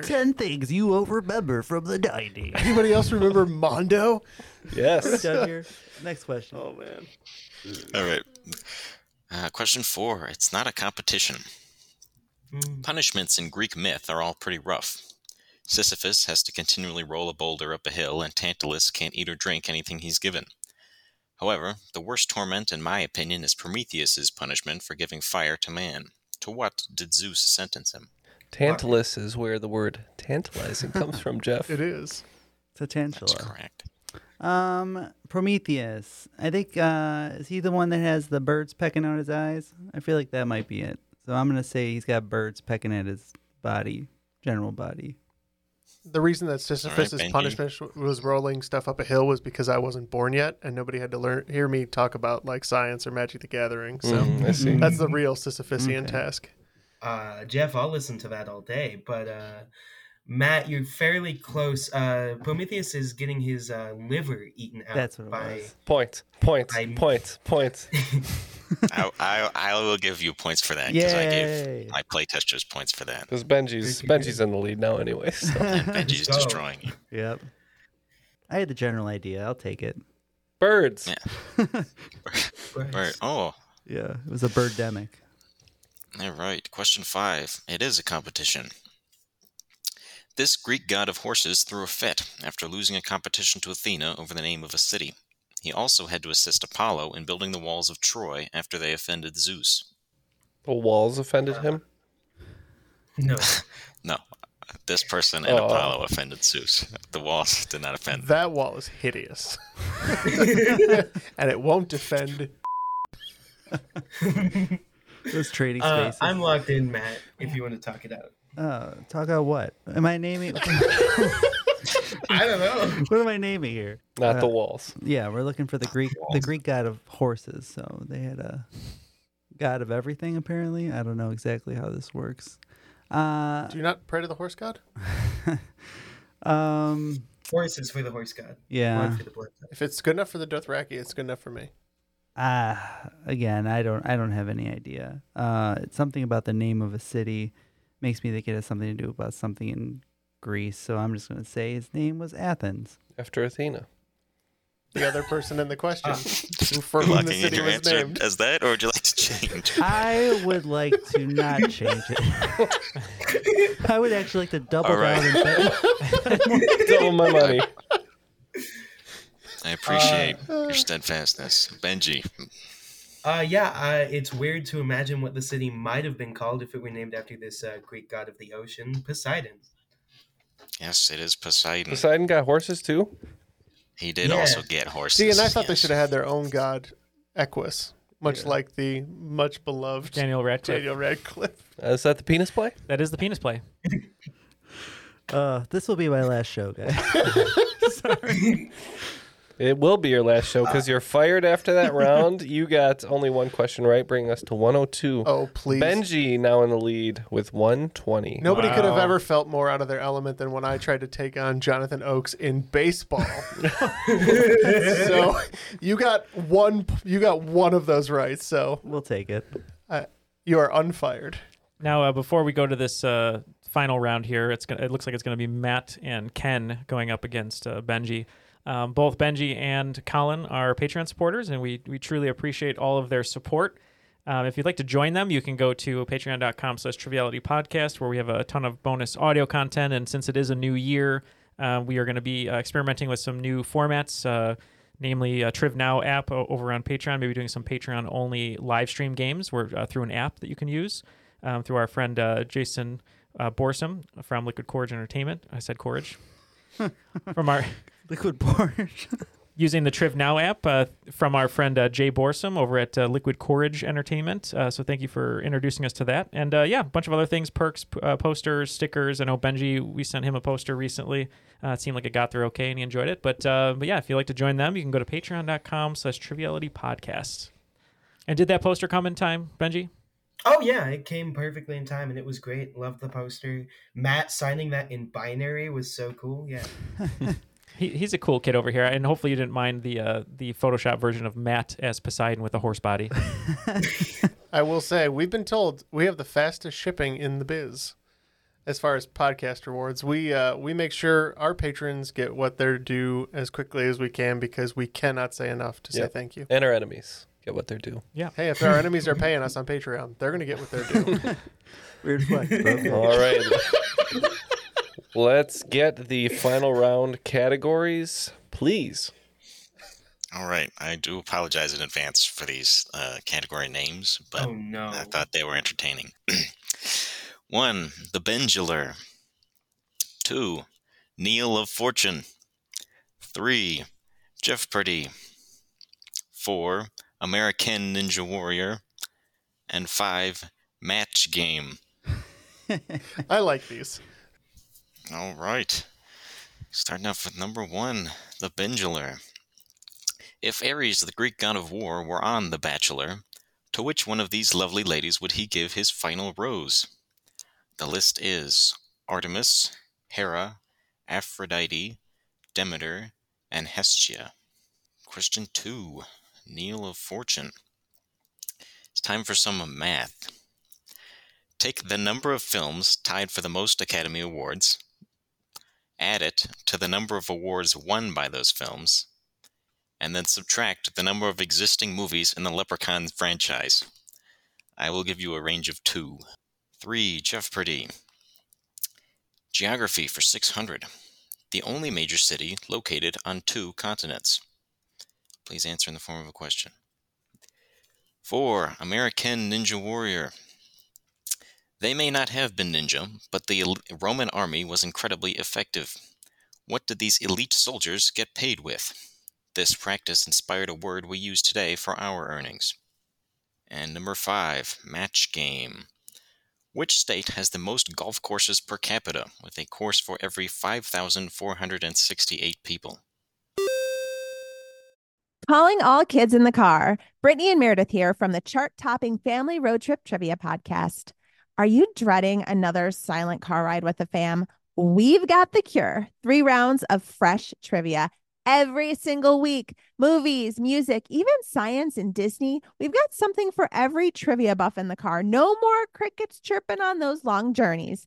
S6: (laughs) Ten things you will remember from the dining.
S8: Anybody else
S6: (laughs)
S8: remember Mondo?
S7: Yes.
S6: Down here. Next question.
S8: Oh man.
S9: All right. Uh, question four. It's not a competition.
S6: Hmm.
S9: Punishments in Greek myth are all pretty rough. Sisyphus has to continually roll a boulder up a hill, and Tantalus can't eat or drink anything he's given. However, the worst torment, in my opinion, is Prometheus's punishment for giving fire to man. To what did Zeus sentence him?
S7: Tantalus is where the word tantalizing comes
S8: (laughs)
S7: from, Jeff.
S8: It is.
S6: It's a tarantula. That's
S9: correct.
S6: Um, Prometheus. I think uh, is he the one that has the birds pecking out his eyes? I feel like that might be it. So I'm gonna say he's got birds pecking at his body, general
S7: (laughs)
S6: body.
S8: The reason that Sisyphus's
S6: Benji.
S8: punishment was rolling stuff up a hill was because I wasn't born yet, and nobody had to learn hear me talk about like science or Magic the Gathering. So
S7: Mm, I see.
S8: that's the real Sisyphusian
S10: Okay.
S8: task.
S10: Uh, Jeff, I'll listen to that all day, but uh, Matt, you're fairly close. Uh, Prometheus is getting his uh, liver eaten out
S7: That's what it
S10: by
S7: Point, point, (laughs) point, point.
S9: I, I, I will give you points for that because I
S7: Yay.
S9: gave my playtesters points for that.
S7: Because Benji's Benji's in the lead now anyway. So. (laughs)
S9: And Benji's
S6: (laughs) Let's go.
S9: destroying you.
S6: Yep. I had the general idea. I'll take it.
S7: Birds.
S6: (laughs)
S9: Right. Oh,
S6: Yeah, it was a birdemic.
S9: All right, question five. It is a competition. This Greek god of horses threw a fit after losing a competition to Athena over the name of a city. He also had to assist Apollo in building the walls of Troy after they offended Zeus.
S7: The walls offended him.
S10: No.
S9: No, this person and
S7: Oh.
S9: Apollo offended Zeus. The walls did not offend.
S8: That wall is
S7: (laughs)
S8: hideous, (laughs) and it won't defend.
S6: Those trading
S10: Uh,
S6: spaces.
S10: I'm locked in, Matt. If you want to talk it out,
S6: Uh, talk about what? Am I
S10: (laughs)
S6: naming? (laughs)
S10: I don't know.
S6: what am I naming here?
S7: Not the
S6: Uh,
S7: walls.
S6: Yeah, we're looking for the Greek, the Greek god of horses. So they had a god of everything. Apparently, I don't know exactly how this works. Uh,
S8: Do you not pray to the horse god?
S6: um,
S10: Horses for the (laughs) horse god.
S6: Yeah.
S10: Blood for the blood god.
S8: If it's good enough for the Dothraki, it's good enough for me.
S6: ah, again, I don't, I don't have any idea. Uh, it's something about the name of a city makes me think it has something to do about something in Greece. So I'm just gonna say his name was Athens.
S7: After Athena.
S8: The other (laughs) person in the question,
S10: Ah.
S8: who for
S9: You're
S8: whom the
S9: locking in
S8: city
S9: your
S8: was
S9: answer
S8: named.
S9: as that, or would you like to
S6: (laughs)
S9: change?
S6: I would like to not change it. (laughs) I would actually like to double
S9: All right.
S6: down and bet
S9: (laughs)
S7: Double my money.
S9: I appreciate your steadfastness, Benji.
S10: Uh, yeah, uh, it's weird to imagine what the city might have been called if it were named after this uh, Greek god of the ocean, Poseidon.
S9: Yes, it is Poseidon.
S7: Poseidon got horses too.
S9: He did
S7: Yeah.
S9: also get horses.
S8: See, and I thought they should have had their own god, Equus, much like the much beloved
S2: Daniel Radcliffe.
S8: Daniel Radcliffe.
S7: Uh, is that the penis play?
S2: That is the penis play.
S6: Uh, this will be my last
S7: (laughs)
S6: show, guys.
S7: It will be your last
S8: Uh,
S7: show because you're fired after
S8: (laughs)
S7: that round. You got only one question right, bringing us to 102.
S8: Oh, please.
S7: Benji now in the lead with 120.
S8: Nobody could have ever felt more out of their element than when I tried to take on Jonathan Oaks in
S2: (laughs)
S8: baseball. so you got one. You got one of those right. So
S6: we'll take it.
S8: I, you are unfired.
S2: Now, uh, before we go to this uh, final round here, it's gonna, it looks like it's going to be Matt and Ken going up against uh, Benji. Um, both Benji and Colin are Patreon supporters, and we, we truly appreciate all of their support. Um, if you'd like to join them, you can go to patreon.com slash triviality podcast, where we have a ton of bonus audio content. And since it is a new year, uh, we are going to be uh, experimenting with some new formats, uh, namely a Triv Now app o- over on Patreon, maybe doing some Patreon only live stream games where, uh, through an app that you can use um, through our friend uh, Jason uh, Borsum from Liquid Courage Entertainment. I said Courage. from our
S6: Liquid Porridge.
S2: (laughs) using the Triv Now app uh, from our friend uh, Jay Borsum over at uh, Liquid Courage Entertainment. Uh, so thank you for introducing us to that. And uh, yeah, a bunch of other things, perks, p- uh, posters, stickers. I know Benji, we sent him a poster recently. Uh, it seemed like it got through okay and he enjoyed it. But, uh, but yeah, if you'd like to join them, you can go to patreon.com slash triviality podcast. And did that poster come in time, Benji?
S10: Oh yeah, it came perfectly in time and it was great. Loved the poster. Matt signing that in binary was so cool.
S6: (laughs)
S10: Yeah.
S2: He, he's a cool kid over here, and hopefully you didn't mind the uh, the Photoshop version of Matt as Poseidon with a horse body.
S8: I will say we've been told we have the fastest shipping in the biz, as far as podcast rewards. We uh, we make sure our patrons get what they're due as quickly as we can because we cannot say enough to say
S7: Yep.
S8: thank you.
S7: And our enemies get what they're due.
S2: Yeah.
S8: Hey, if our enemies are paying us on Patreon, they're gonna get what they're due.
S6: Weird flex.
S8: (laughs)
S7: (laughs)
S6: but okay.
S7: All right. Let's get the final round categories, please.
S9: All right, I do apologize in advance for these uh, category names,
S8: Oh,
S9: but I thought they were entertaining. (clears throat) One, the Benjular. Two, Neil of Fortune. Three, Jeff Purdy. Four, American Ninja Warrior. And five, Match Game.
S8: I like these.
S9: All right. Starting off with number one, the Benjular. If Ares, the Greek god of war, were on The Bachelor, to which one of these lovely ladies would he give his final rose? The list is Artemis, Hera, Aphrodite, Demeter, and Hestia. Question two Neil of Fortune. It's time for some math. Take the number of films tied for the most Academy Awards, add it to the number of awards won by those films, and then subtract the number of existing movies in the Leprechaun franchise. I will give you a range of two. Three, Jeff Purdy. Geography for 600. The only major city located on two continents. Please answer in the form of a question. Four, American Ninja Warrior. They may not have been ninja, but the el- Roman army was incredibly effective. What did these elite soldiers get paid with? This practice inspired a word we use today for our earnings. And number five, match game. Which state has the most golf courses per capita, with a course for every 5,468 people?
S12: Calling all kids in the car. Brittany and Meredith here from the chart topping Family Road Trip Trivia Podcast. Are you dreading another silent car ride with the fam? We've got the cure. Three rounds of fresh trivia every single week movies, music, even science and Disney. We've got something for every trivia buff in the car. No more crickets chirping on those long journeys.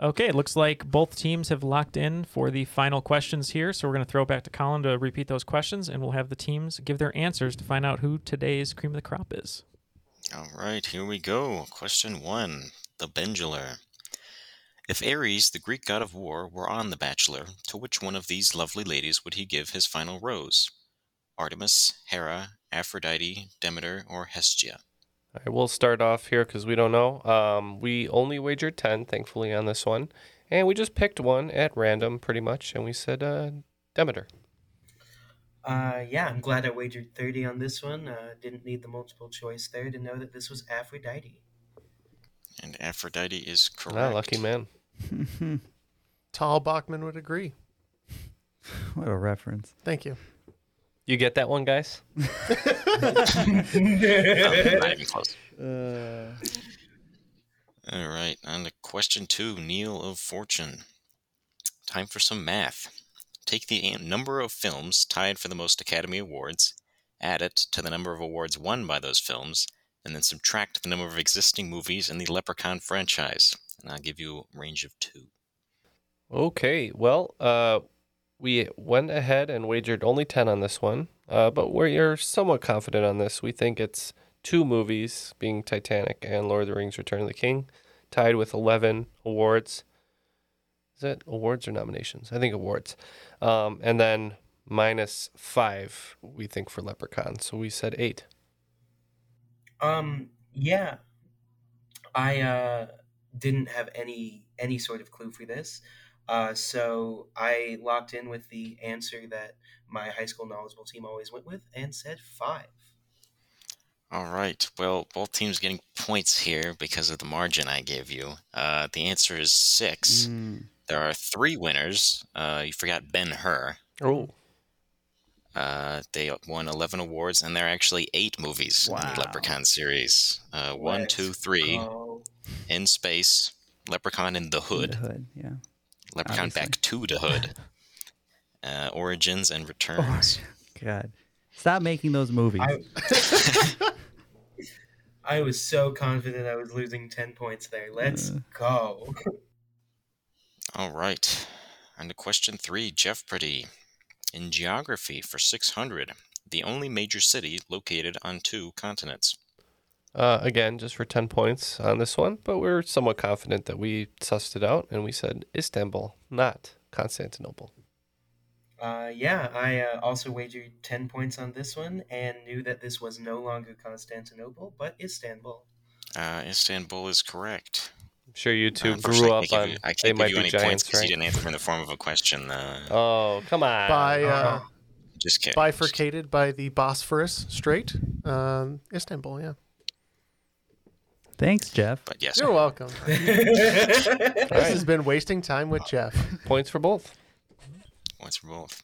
S2: Okay, it looks like both teams have locked in for the final questions here. So we're going to throw it back to Colin to repeat those questions, and we'll have the teams give their answers to find out who today's cream of the crop is.
S9: All right, here we go. Question one The Benjular. If Ares, the Greek god of war, were on The Bachelor, to which one of these lovely ladies would he give his final rose? Artemis, Hera, Aphrodite, Demeter, or Hestia?
S7: All right, we'll start off here because we don't know. Um, we only wagered 10, thankfully, on this one. And we just picked one at random, pretty much. And we said uh, Demeter.
S10: Uh, yeah, I'm glad I wagered 30 on this one. Uh, didn't need the multiple choice there to know that this was Aphrodite.
S9: And Aphrodite is correct.
S7: Ah, lucky man.
S8: Tal Bachman would agree.
S6: What a reference.
S8: Thank you.
S7: You get that one, guys?
S9: Not even close.
S6: Uh,
S9: All right, on to question two Neil of Fortune. Time for some math. Take the an- number of films tied for the most Academy Awards, add it to the number of awards won by those films, and then subtract the number of existing movies in the Leprechaun franchise. And I'll give you a range of two.
S7: Okay, well, uh, we went ahead and wagered only 10 on this one, uh, but we're somewhat confident on this. We think it's two movies, being Titanic and Lord of the Rings Return of the King, tied with 11 awards. Is that awards or nominations? I think awards. Um, and then minus five, we think, for Leprechaun. So we said eight.
S10: Um, yeah, I uh, didn't have any any sort of clue for this, uh, so I locked in with the answer that my high school knowledgeable team always went with, and said five.
S9: All right. Well, both teams getting points here because of the margin I gave you. Uh, the answer is six. There are three winners. Uh, you forgot Ben Hur.
S7: Oh.
S9: Uh, they won 11 awards, and there are actually eight movies in the Leprechaun series. Uh, one,
S7: Let's
S9: two, three. In space, Leprechaun in the Hood,
S6: The hood, yeah.
S9: Leprechaun back to the Hood, uh, Origins and Returns.
S6: God. Stop making those movies.
S10: I was so confident I was losing ten points there. Let's go.
S9: All right. On to question three, Jeff Pretty. In geography for 600, the only major city located on two continents.
S7: Uh, again, just for 10 points on this one, but we're somewhat confident that we sussed it out and we said Istanbul, not Constantinople.
S10: Uh, yeah, I uh, also wagered 10 points on this one and knew that this was no longer Constantinople, but Istanbul.
S9: Uh, Istanbul is correct. Uh,
S7: I'm sure you two
S9: Unfortunately,
S7: grew
S9: I
S7: up
S9: can't give
S7: on
S9: you- I can't
S7: They
S9: give
S7: Might
S9: you
S7: Be
S9: any points
S7: Giants,
S9: because you
S7: right?
S9: didn't answer them in the form of a question. Uh,
S7: Oh, come on. Uh-huh.
S8: By uh,
S9: just kidding.
S8: bifurcated by the Bosphorus Strait, um, Istanbul. Yeah.
S6: (laughs) Thanks, Jeff.
S9: But yes,
S8: You're
S7: (laughs)
S8: welcome. this has been wasting time with Jeff.
S7: Points for both.
S9: Points for both.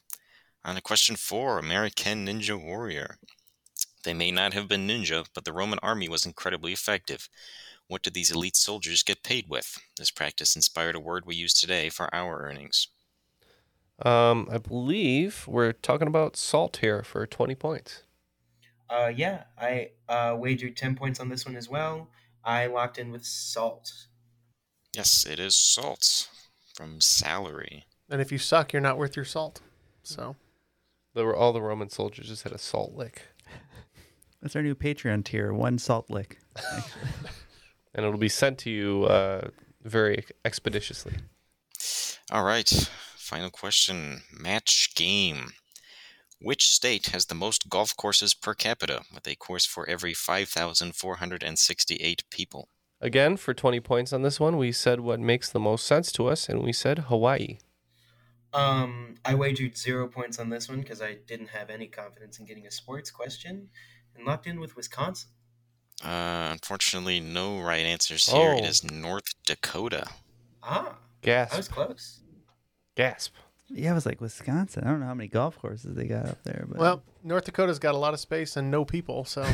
S9: On to question four American Ninja Warrior. They may not have been ninja, but the Roman army was incredibly effective. What did these elite soldiers get paid with? This practice inspired a word we use today for our earnings.
S7: Um, I believe we're talking about salt here for 20 points.
S10: Uh, yeah, I uh, wagered 10 points on this one as well. I locked in with salt.
S9: Yes, it is salt from salary.
S8: And if you suck, you're not worth your salt. So
S7: There were all the Roman soldiers just had a salt lick,
S6: That's our new Patreon tier, one salt lick.
S7: and it'll be sent to you uh, very expeditiously.
S9: All right, final question match game. Which state has the most golf courses per capita, with a course for every 5,468 people?
S7: Again, for 20 points on this one, we said what makes the most sense to us, and we said Hawaii.
S10: Um, I wagered zero points on this one because I didn't have any confidence in getting a sports question and locked in with Wisconsin.
S9: Uh, unfortunately, no right answers here. It
S10: Oh.
S9: is North Dakota.
S10: Ah,
S7: Gasp.
S10: I was close.
S7: Gasp.
S6: Yeah, it was like Wisconsin. I don't know how many golf courses they got up there, but
S8: well, North Dakota's got a lot of space and no people. So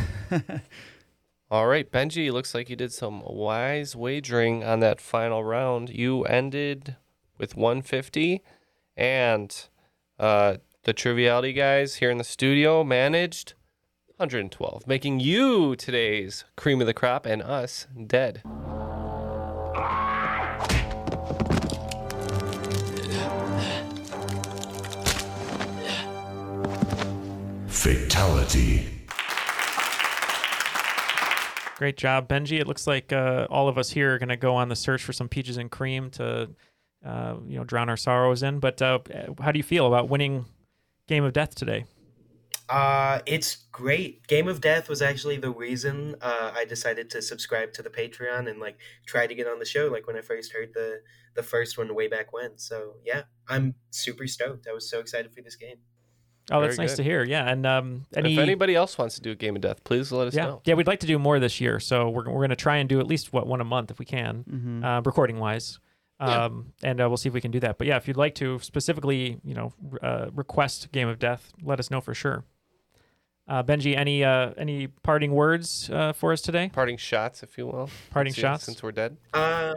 S7: All right, Benji, looks like you did some wise wagering on that final round. You ended with 150, and uh, the triviality guys here in the studio managed 112, making you today's cream of the crop and us dead.
S13: Fatality.
S2: Great job, Benji. It looks like uh, all of us here are going to go on the search for some peaches and cream to, uh, you know, drown our sorrows in. But uh, how do you feel about winning Game of Death today?
S10: Uh, it's great. Game of Death was actually the reason uh, I decided to subscribe to the Patreon and like try to get on the show. Like when I first heard the the first one way back when. So yeah, I'm super stoked. I was so excited for this game.
S2: Oh, that's
S7: Very
S2: nice to
S7: good.
S2: hear. Yeah, and um,
S7: And
S2: any,
S7: if anybody else wants to do a game of death, please let us
S2: yeah,
S7: know.
S2: yeah, we'd like to do more this year. So we're we're going to try and do at least what one a month if we can,
S7: Mhm.
S2: uh, recording wise.
S7: Yeah.
S2: Um, and uh, we'll see if we can do that. But yeah, if you'd like to specifically, you know, r- uh, request Game of Death, let us know for sure. Uh, Benji, any uh, any parting words uh, for us today?
S7: Parting shots, if you will.
S2: Parting
S7: Since-
S2: shots.
S7: Since we're dead.
S10: Uh,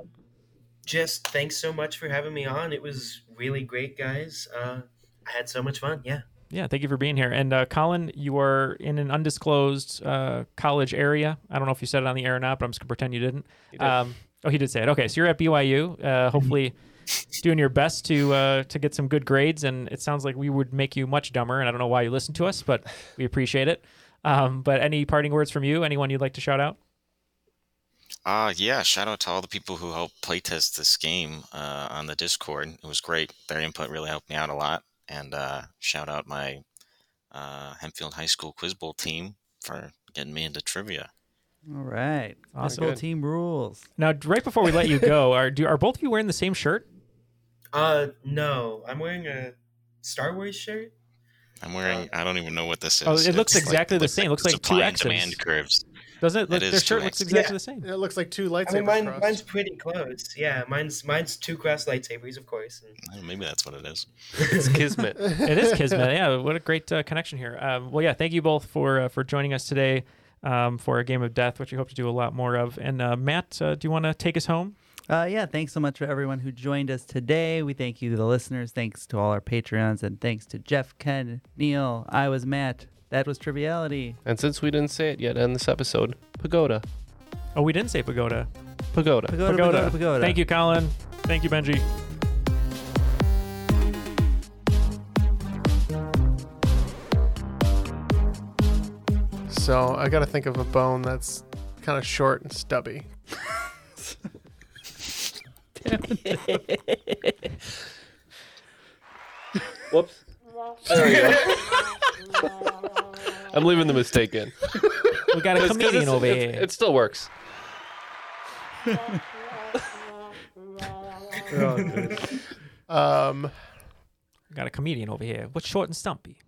S10: just thanks so much for having me on. It was really great, guys. Uh, I had so much fun. Yeah.
S2: Yeah, thank you for being here. And uh, Colin, you are in an undisclosed uh, college area. I don't know if you said it on the air or not, but I'm just gonna pretend you didn't.
S7: did.
S2: Um, oh, he did say it. Okay, so you're at BYU. (laughs) Uh, hopefully, doing your best to uh, to get some good grades. And it sounds like we would make you much dumber. And I don't know why you listen to us, but we appreciate it. Um, but any parting words from you? Anyone you'd like to shout out?
S9: Uh, yeah, shout out to all the people who helped playtest this game uh, on the Discord. It was great. Their input really helped me out a lot. And uh, shout out my uh, Hempfield High School Quiz Bowl team for getting me into trivia.
S6: All right.
S2: Awesome.
S6: Full
S2: Good.
S6: team rules.
S2: Now, d- right before we let you go, are do are both of you wearing the same shirt?
S10: Uh, no, I'm wearing a Star Wars shirt.
S9: I'm wearing, I don't even know what this is.
S2: Oh, it
S9: It's
S2: looks
S9: like-
S2: exactly the same. It looks like
S9: supply
S2: two
S9: and
S2: X's.
S9: demand curves.
S2: Doesn't it?
S9: That
S2: Look,
S9: is
S2: their
S9: two
S2: shirt looks
S9: X's.
S2: exactly
S10: Yeah.
S2: the same.
S8: It looks like two
S10: I
S8: lightsabers.
S10: mean, mine,
S8: crossed.
S10: mine's pretty close. Yeah, mine's mine's two crossed lightsabers, of course. And
S9: Oh, Maybe that's what it is.
S2: (laughs)
S7: It's kismet.
S2: it is
S10: (laughs)
S2: kismet. Yeah, what a great uh, connection here. Um, well, yeah, thank you both for uh, for joining us today um, for a game of death, which we hope to do a lot more of. And uh, Matt, uh, do you want to take us home?
S6: Uh, yeah, thanks so much for everyone who joined us today. We thank you, the listeners. Thanks to all our Patreons. And thanks to Jeff, Ken, Neil. I was Matt. That was Triviality.
S7: And since we didn't say it yet, end this episode. Pagoda.
S2: Oh, we didn't say pagoda.
S7: Pagoda.
S6: Pagoda, pagoda, pagoda.
S2: Thank you, Colin. Thank you, Benji.
S8: So I got to think of a bone that's kind of short and stubby.
S7: Whoops. Oh, There we go. (laughs) I'm leaving the mistake in.
S2: We got a
S7: 'Cause- 'cause
S2: comedian
S7: it's-
S2: over
S7: it's-
S2: here.
S7: It still works.
S2: um, got a comedian over here. What's short and stumpy?